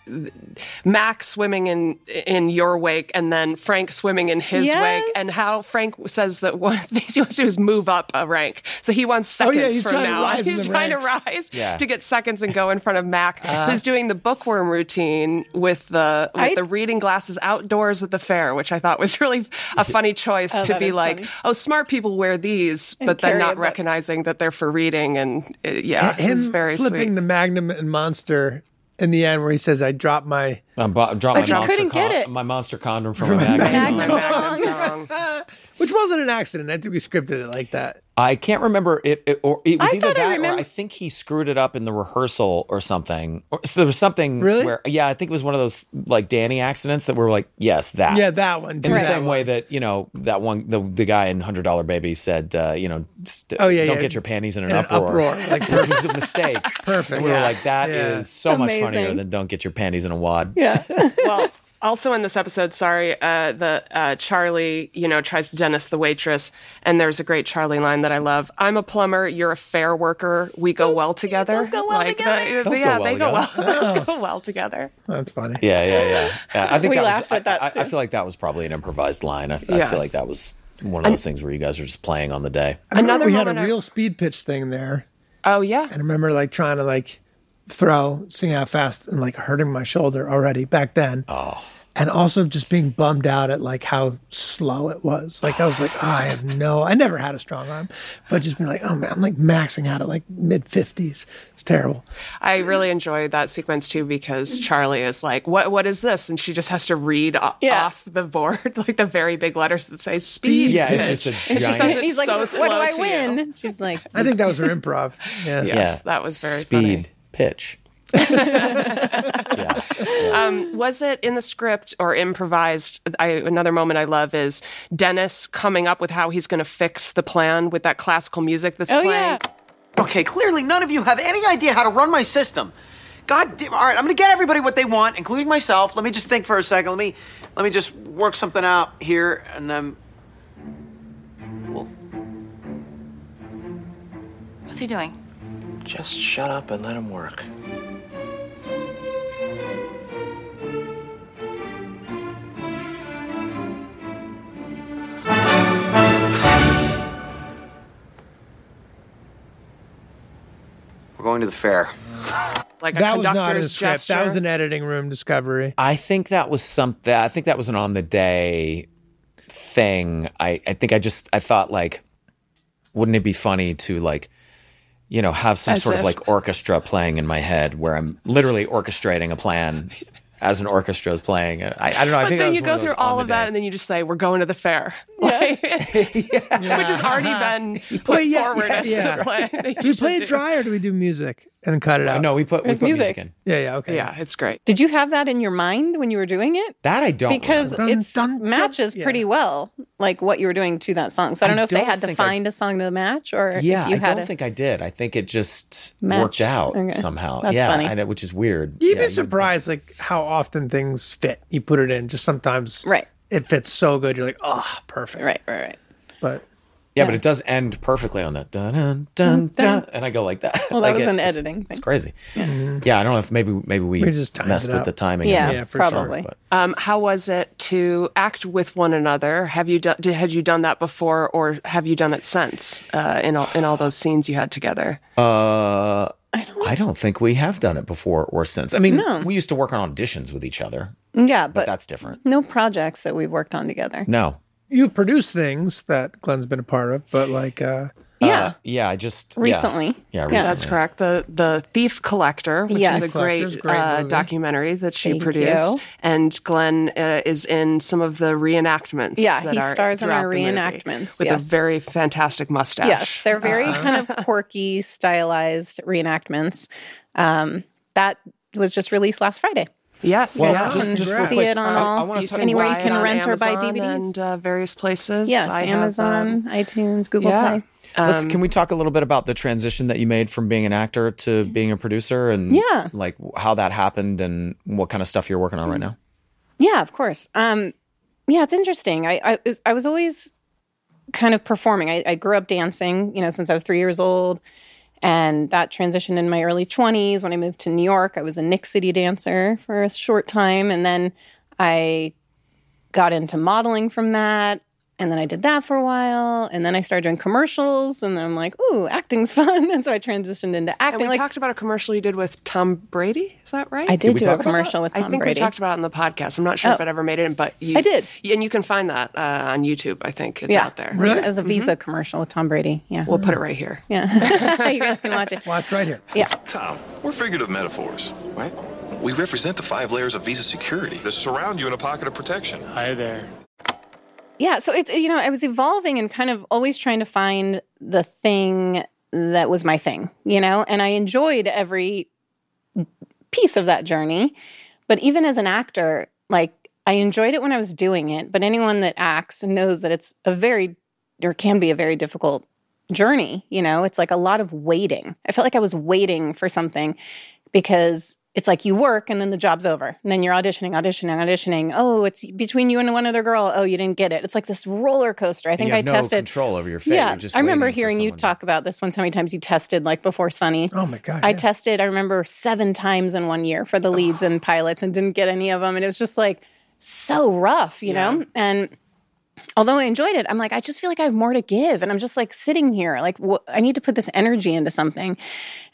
Speaker 2: Mac swimming in in your wake, and then Frank swimming in his
Speaker 4: Yes.
Speaker 2: wake, and how Frank says that one <laughs> of the things he wants to do is move up a rank. So he wants
Speaker 1: Oh,
Speaker 2: seconds
Speaker 1: yeah, he's
Speaker 2: from
Speaker 1: trying to
Speaker 2: now. on.
Speaker 1: rise in
Speaker 2: he's
Speaker 1: the
Speaker 2: trying
Speaker 1: ranks. Uh-huh.
Speaker 2: to rise
Speaker 5: Yeah.
Speaker 2: to get seconds and go in front of Mac, who's doing the bookworm routine with the with
Speaker 4: I-
Speaker 2: the reading glasses outdoors at the fair, which I thought was really a
Speaker 1: <laughs>
Speaker 2: funny choice
Speaker 4: Oh,
Speaker 2: to
Speaker 4: that
Speaker 2: be
Speaker 4: is
Speaker 2: like,
Speaker 4: funny.
Speaker 2: oh, smart people wear these, but then
Speaker 4: carry a
Speaker 2: not
Speaker 4: book.
Speaker 2: recognizing that they're for reading, and uh, yeah, it was
Speaker 1: Him
Speaker 2: very
Speaker 1: flipping
Speaker 2: sweet.
Speaker 1: the Magnum and Monster in the end where he says, I dropped my...
Speaker 5: I'm bo- I'm drawing
Speaker 4: Like, you couldn't get it.
Speaker 5: my monster condom from a magnet.
Speaker 4: Magnum
Speaker 2: Magnum
Speaker 4: dong.
Speaker 2: dong.
Speaker 1: Which wasn't an accident. I think we scripted it like that.
Speaker 5: I can't remember if it, or it was
Speaker 4: I
Speaker 5: either
Speaker 4: thought I
Speaker 5: that or
Speaker 4: remember-
Speaker 5: I think he screwed it up in the rehearsal or something. Or, so there was something
Speaker 1: Really?
Speaker 5: where yeah, I think it was one of those like Danny accidents that were like yes that
Speaker 1: Yeah, that one.
Speaker 5: In
Speaker 1: Do
Speaker 5: the
Speaker 1: that
Speaker 5: same
Speaker 1: one.
Speaker 5: way that you know that one the, the guy in Hundred Dollar Baby said uh, you know st-
Speaker 1: Oh, yeah,
Speaker 5: don't
Speaker 1: yeah.
Speaker 5: get your panties in an
Speaker 1: In an
Speaker 5: uproar,
Speaker 1: uproar. Like,
Speaker 5: <laughs> like it was a mistake
Speaker 1: Perfect.
Speaker 5: and we were like that is
Speaker 1: Yeah.
Speaker 5: so
Speaker 4: Amazing.
Speaker 5: much funnier than don't get your panties in a wad <laughs>
Speaker 4: Yeah.
Speaker 2: well, <laughs> also in this episode, sorry, uh, the uh, Charlie, you know, tries to Dennis the waitress, and there's a great Charlie line that I love. I'm a plumber, you're a fair worker, we go well together.
Speaker 4: those go well
Speaker 2: the-
Speaker 4: together.
Speaker 5: Those go
Speaker 2: yeah,
Speaker 5: well
Speaker 2: they go well.
Speaker 5: together.
Speaker 2: <laughs> those go well together.
Speaker 1: That's funny.
Speaker 5: yeah yeah yeah, yeah I think
Speaker 4: We
Speaker 5: that was-
Speaker 4: laughed at
Speaker 5: I-
Speaker 4: that,
Speaker 5: I, I, feel like that was probably an improvised line I, f- I
Speaker 2: Yes.
Speaker 5: feel like that was one of those things where you guys are just playing on the day
Speaker 1: I remember
Speaker 2: Another
Speaker 1: we had a
Speaker 2: moment I-
Speaker 1: real speed pitch thing there.
Speaker 2: Oh yeah,
Speaker 1: I remember like trying to like throw, seeing how fast and like hurting my shoulder already back then. Oh. And also just being bummed out at like how slow it was. Like I was like, oh, I have no, I never had a strong arm, but just being like, oh man, I'm like maxing out at like mid 50s. It's terrible.
Speaker 2: I really enjoyed that sequence too because Charlie is like, "What? What is this?" and she just has to read o-
Speaker 4: Yeah.
Speaker 2: off the board <laughs> like the very big letters that say "speed."
Speaker 5: yeah
Speaker 2: pitch."
Speaker 5: it's just a
Speaker 2: she
Speaker 5: giant
Speaker 2: says it's
Speaker 4: He's like,
Speaker 2: so
Speaker 4: what do
Speaker 2: slow
Speaker 4: I
Speaker 2: to you."
Speaker 4: win? She's like,
Speaker 1: I think that was her improv. Yeah.
Speaker 2: Yes,
Speaker 5: yeah
Speaker 2: that was very
Speaker 5: speed
Speaker 2: funny.
Speaker 5: pitch yeah.
Speaker 2: Um, was it in the script or improvised? I, another moment I love is Dennis coming up with how he's going to fix the plan with that classical music that's
Speaker 4: oh
Speaker 2: playing.
Speaker 4: yeah.
Speaker 8: Okay, clearly none of you have any idea how to run my system. God damn! All right, I'm gonna get everybody what they want, including myself. Let me just think for a second. Let me, let me just work something out here, and then.
Speaker 7: What's he doing?
Speaker 8: Just shut up and let him work. We're going to the fair.
Speaker 2: Like a
Speaker 1: That was
Speaker 2: conductor's
Speaker 1: not a script.
Speaker 2: gesture.
Speaker 1: That was an editing room
Speaker 2: <laughs>
Speaker 1: discovery.
Speaker 5: I think that was something. I think that was an on the day thing. I, I think I just I thought like, wouldn't it be funny to like, you know, have some
Speaker 2: As
Speaker 5: sort
Speaker 2: if.
Speaker 5: of like orchestra playing in my head where I'm literally orchestrating a plan as an orchestra is playing. I, I don't know. I
Speaker 2: but
Speaker 5: think
Speaker 2: then
Speaker 5: that
Speaker 2: you
Speaker 5: was
Speaker 2: go
Speaker 5: one
Speaker 2: through
Speaker 5: those
Speaker 2: all
Speaker 5: on
Speaker 2: of
Speaker 5: the
Speaker 2: that,
Speaker 5: day.
Speaker 2: and then you just say, "We're going to the
Speaker 5: <laughs>
Speaker 2: fair," Like, <laughs> which
Speaker 1: <laughs>
Speaker 2: has already been put
Speaker 1: Well, yeah,
Speaker 2: forward
Speaker 1: yeah,
Speaker 2: as
Speaker 1: yeah.
Speaker 2: the plan. that
Speaker 1: Do
Speaker 2: you
Speaker 1: we
Speaker 2: should
Speaker 1: play
Speaker 2: do.
Speaker 1: it dry or do we do music and then cut it out?
Speaker 5: Uh, no, we put we
Speaker 4: There's
Speaker 5: put music.
Speaker 4: music.
Speaker 5: in.
Speaker 1: Yeah, yeah, okay.
Speaker 2: Yeah, it's great.
Speaker 4: Did you have that in your mind when you were doing it?
Speaker 5: That I don't
Speaker 4: Because
Speaker 5: remember.
Speaker 1: Dun,
Speaker 4: it
Speaker 1: dun, dun.
Speaker 4: matches
Speaker 1: Yeah.
Speaker 4: pretty well, like what you were doing to that song. So I don't
Speaker 5: I
Speaker 4: know if they
Speaker 5: don't
Speaker 4: had to
Speaker 5: think I-
Speaker 4: find a song to match or
Speaker 5: yeah,
Speaker 4: if you
Speaker 5: I
Speaker 4: had
Speaker 5: don't
Speaker 4: a,
Speaker 5: think I did. I think it just
Speaker 4: Matched.
Speaker 5: worked out
Speaker 4: Okay.
Speaker 5: somehow.
Speaker 4: That's
Speaker 5: yeah,
Speaker 4: funny.
Speaker 5: I know, which is weird.
Speaker 1: You'd
Speaker 5: Yeah,
Speaker 1: be surprised, like how often things fit. You put it in, just sometimes,
Speaker 4: Right.
Speaker 1: It fits so good, you're like, oh, perfect.
Speaker 4: Right, right, right.
Speaker 1: But
Speaker 5: Yeah, but it does end perfectly on that dun dun dun dun, and I go like that.
Speaker 4: Well, that
Speaker 5: Like
Speaker 4: was
Speaker 5: it-
Speaker 4: an
Speaker 5: it's-
Speaker 4: editing
Speaker 5: It's
Speaker 4: thing.
Speaker 5: crazy. Yeah. I don't know if maybe maybe we,
Speaker 1: We just timed
Speaker 5: messed
Speaker 1: it
Speaker 5: with
Speaker 1: up.
Speaker 5: the timing.
Speaker 4: Yeah,
Speaker 1: Yeah, for sure.
Speaker 4: probably.
Speaker 5: But-
Speaker 2: Um, how was it to act with one another? Have you done? Did, had you done that before, or have you done it since? Uh, in all in all those scenes you had together.
Speaker 5: Uh, I don't, I don't think we have done it before or since. I mean, we used to work on auditions with each other,
Speaker 4: Yeah,
Speaker 5: but
Speaker 4: but,
Speaker 5: that's different.
Speaker 4: no projects that we've worked on together.
Speaker 5: No.
Speaker 1: You've produced things that Glenn's been a part of, but like, uh,
Speaker 4: Yeah,
Speaker 5: Uh, yeah, I just yeah.
Speaker 4: recently.
Speaker 5: Yeah,
Speaker 4: Yeah,
Speaker 5: recently.
Speaker 4: that's
Speaker 2: That's correct. The the Thief Collector, which
Speaker 4: Yes.
Speaker 2: is a
Speaker 1: Collector's
Speaker 2: great,
Speaker 1: a great
Speaker 2: uh,
Speaker 1: movie.
Speaker 2: documentary that she
Speaker 4: Thank
Speaker 2: produced,
Speaker 4: you.
Speaker 2: and Glenn uh, is in some of the reenactments.
Speaker 4: Yeah,
Speaker 2: that
Speaker 4: he
Speaker 2: are
Speaker 4: stars in our
Speaker 2: throughout the movie
Speaker 4: reenactments,
Speaker 2: with
Speaker 4: yes.
Speaker 2: a very fantastic mustache.
Speaker 4: Yes, they're very
Speaker 2: Um,
Speaker 4: kind
Speaker 2: <laughs>
Speaker 4: of quirky, stylized reenactments. Um, that was just released last Friday.
Speaker 2: yes,
Speaker 5: Well,
Speaker 4: Yeah,
Speaker 2: yes.
Speaker 5: just-
Speaker 4: and
Speaker 5: just real
Speaker 4: see
Speaker 5: quick,
Speaker 4: it on
Speaker 5: I- I
Speaker 4: all
Speaker 5: wanna talk-
Speaker 4: anywhere you
Speaker 2: buy it
Speaker 4: can
Speaker 2: on
Speaker 4: rent or buy
Speaker 2: Amazon
Speaker 4: DVDs.
Speaker 2: and uh, various places.
Speaker 4: Yes,
Speaker 2: I have, um,
Speaker 4: Amazon, iTunes, Google
Speaker 2: yeah.
Speaker 4: Play.
Speaker 5: Let's,
Speaker 4: um,
Speaker 5: can we talk a little bit about the transition that you made from being an actor to being a producer and
Speaker 4: Yeah. Mm.
Speaker 5: like how that happened and what kind of stuff you're working on right now?
Speaker 4: Yeah, of course. Um, yeah, it's interesting. I, I was- I was always kind of performing. I, I grew up dancing, you know, since I was three years old, and that transitioned in my early twenties when I moved to New York. I was a Nick City dancer for a short time, and then I got into modeling from that. And then I did that for a while, and then I started doing commercials, and then I'm like, "Ooh, acting's <laughs> fun!" And so I transitioned into
Speaker 2: And
Speaker 4: acting.
Speaker 2: we
Speaker 4: like
Speaker 2: talked about a commercial you did with Tom Brady. Is that right?
Speaker 4: I did,
Speaker 5: we
Speaker 4: do
Speaker 5: talk
Speaker 4: a
Speaker 5: about that?
Speaker 4: commercial with Tom
Speaker 2: I think
Speaker 4: Brady.
Speaker 2: we talked about it on the podcast. I'm not sure if
Speaker 4: Oh.
Speaker 2: it ever made it, in, but you,
Speaker 4: I did.
Speaker 2: And you can find that uh, on YouTube. I think it's
Speaker 4: yeah,
Speaker 2: out there.
Speaker 4: It was- It was a Visa commercial with Tom Brady. Yeah,
Speaker 2: Mm-hmm. We'll put it right here.
Speaker 4: Yeah. <laughs> you guys can watch it.
Speaker 1: watch right here.
Speaker 4: Yeah.
Speaker 10: Tom, we're figurative metaphors. What? We represent the five layers of Visa security that surround you in a pocket of protection.
Speaker 4: Yeah. So it's, you know, I was evolving and kind of always trying to find the thing that was my thing, you know, and I enjoyed every piece of that journey. But even as an actor, like I enjoyed it when I was doing it. But anyone that acts knows that it's a very, or can be a very difficult journey. You know, it's like a lot of waiting. I felt like I was waiting for something because it's like you work and then the job's over. And then you're auditioning, auditioning, auditioning. Oh, it's between you and one other girl. Oh, you didn't get it. It's like this roller coaster. I think
Speaker 5: you
Speaker 4: I
Speaker 5: have no
Speaker 4: tested.
Speaker 5: control over your fate.
Speaker 4: Yeah,
Speaker 5: You're just
Speaker 4: I remember
Speaker 5: waiting for
Speaker 4: hearing you
Speaker 5: someone to-
Speaker 4: talk about this once. How many times you tested, like before Sunny?
Speaker 1: Oh my God.
Speaker 4: I
Speaker 1: yeah.
Speaker 4: tested, I remember seven times in one year for the leads and pilots and didn't get any of them. And it was just like so rough, you know? And although I enjoyed it, I'm like, I just feel like I have more to give. And I'm just like sitting here, like, wh- I need to put this energy into something.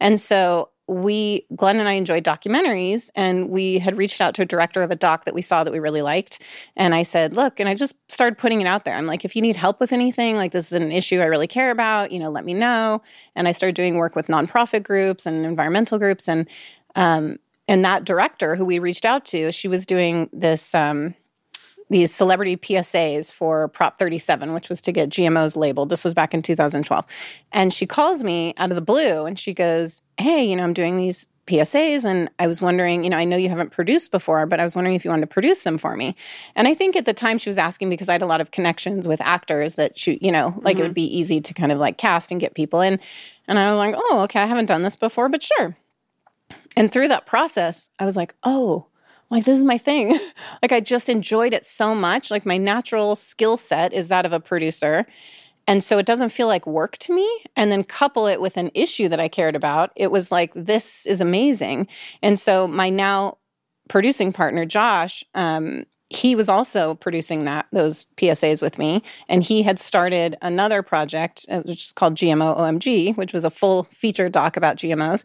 Speaker 4: And so we, Glenn and I enjoyed documentaries, and we had reached out to a director of a doc that we saw that we really liked. And I said, Look, and I just started putting it out there. I'm like, if you need help with anything, like this is an issue I really care about, you know, let me know. And I started doing work with nonprofit groups and environmental groups. And, um, and that director who we reached out to, she was doing this, um, these celebrity PSAs for Prop 37, which was to get GMOs labeled. This was back in 2012. And she calls me out of the blue and she goes, Hey, you know, I'm doing these PSAs and I was wondering, you know, I know you haven't produced before, but I was wondering if you wanted to produce them for me. And I think at the time she was asking because I had a lot of connections with actors that she, you know, like it would be easy to kind of like cast and get people in. And I was like, Oh, okay, I haven't done this before, but sure. And through that process, I was like, oh, like this is my thing. <laughs> like I just enjoyed it so much. Like my natural skill set is that of a producer. And so it doesn't feel like work to me. And then couple it with an issue that I cared about. It was like, this is amazing. And so my now producing partner, Josh, um, he was also producing that those PSAs with me, and he had started another project uh, which is called GMO OMG, which was a full feature doc about GMOs.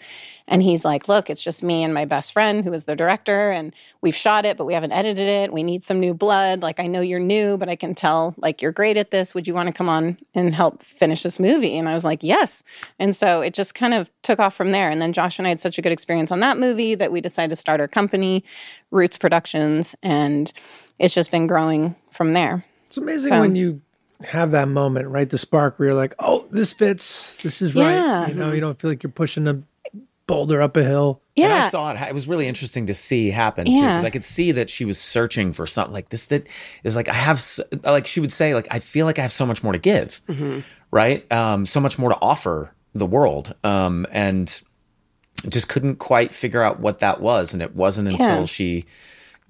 Speaker 4: And he's like, "Look, it's just me and my best friend, who is the director, and we've shot it, but we haven't edited it. We need some new blood. Like I know you're new, but I can tell like you're great at this. Would you want to come on and help finish this movie?" And I was like, "Yes." And so it just kind of took off from there. And then Josh and I had such a good experience on that movie that we decided to start our company, Roots Productions, and it's just been growing from there.
Speaker 1: It's amazing
Speaker 4: So-
Speaker 1: when you have that moment, right? The spark where you're like, oh, this fits. This is
Speaker 4: Yeah.
Speaker 1: right. You know, you don't feel like you're pushing a boulder up a hill.
Speaker 5: And I
Speaker 4: Yeah.
Speaker 5: saw it. ha- It was really interesting to see happen too,
Speaker 4: Yeah.
Speaker 5: because I could see that she was searching for something like this. That is like I have, s- like she would say, like I feel like I have so much more to give,
Speaker 4: Mm-hmm.
Speaker 5: right? Um, so much more to offer the world, um, and just couldn't quite figure out what that was. And it wasn't until
Speaker 4: Yeah.
Speaker 5: she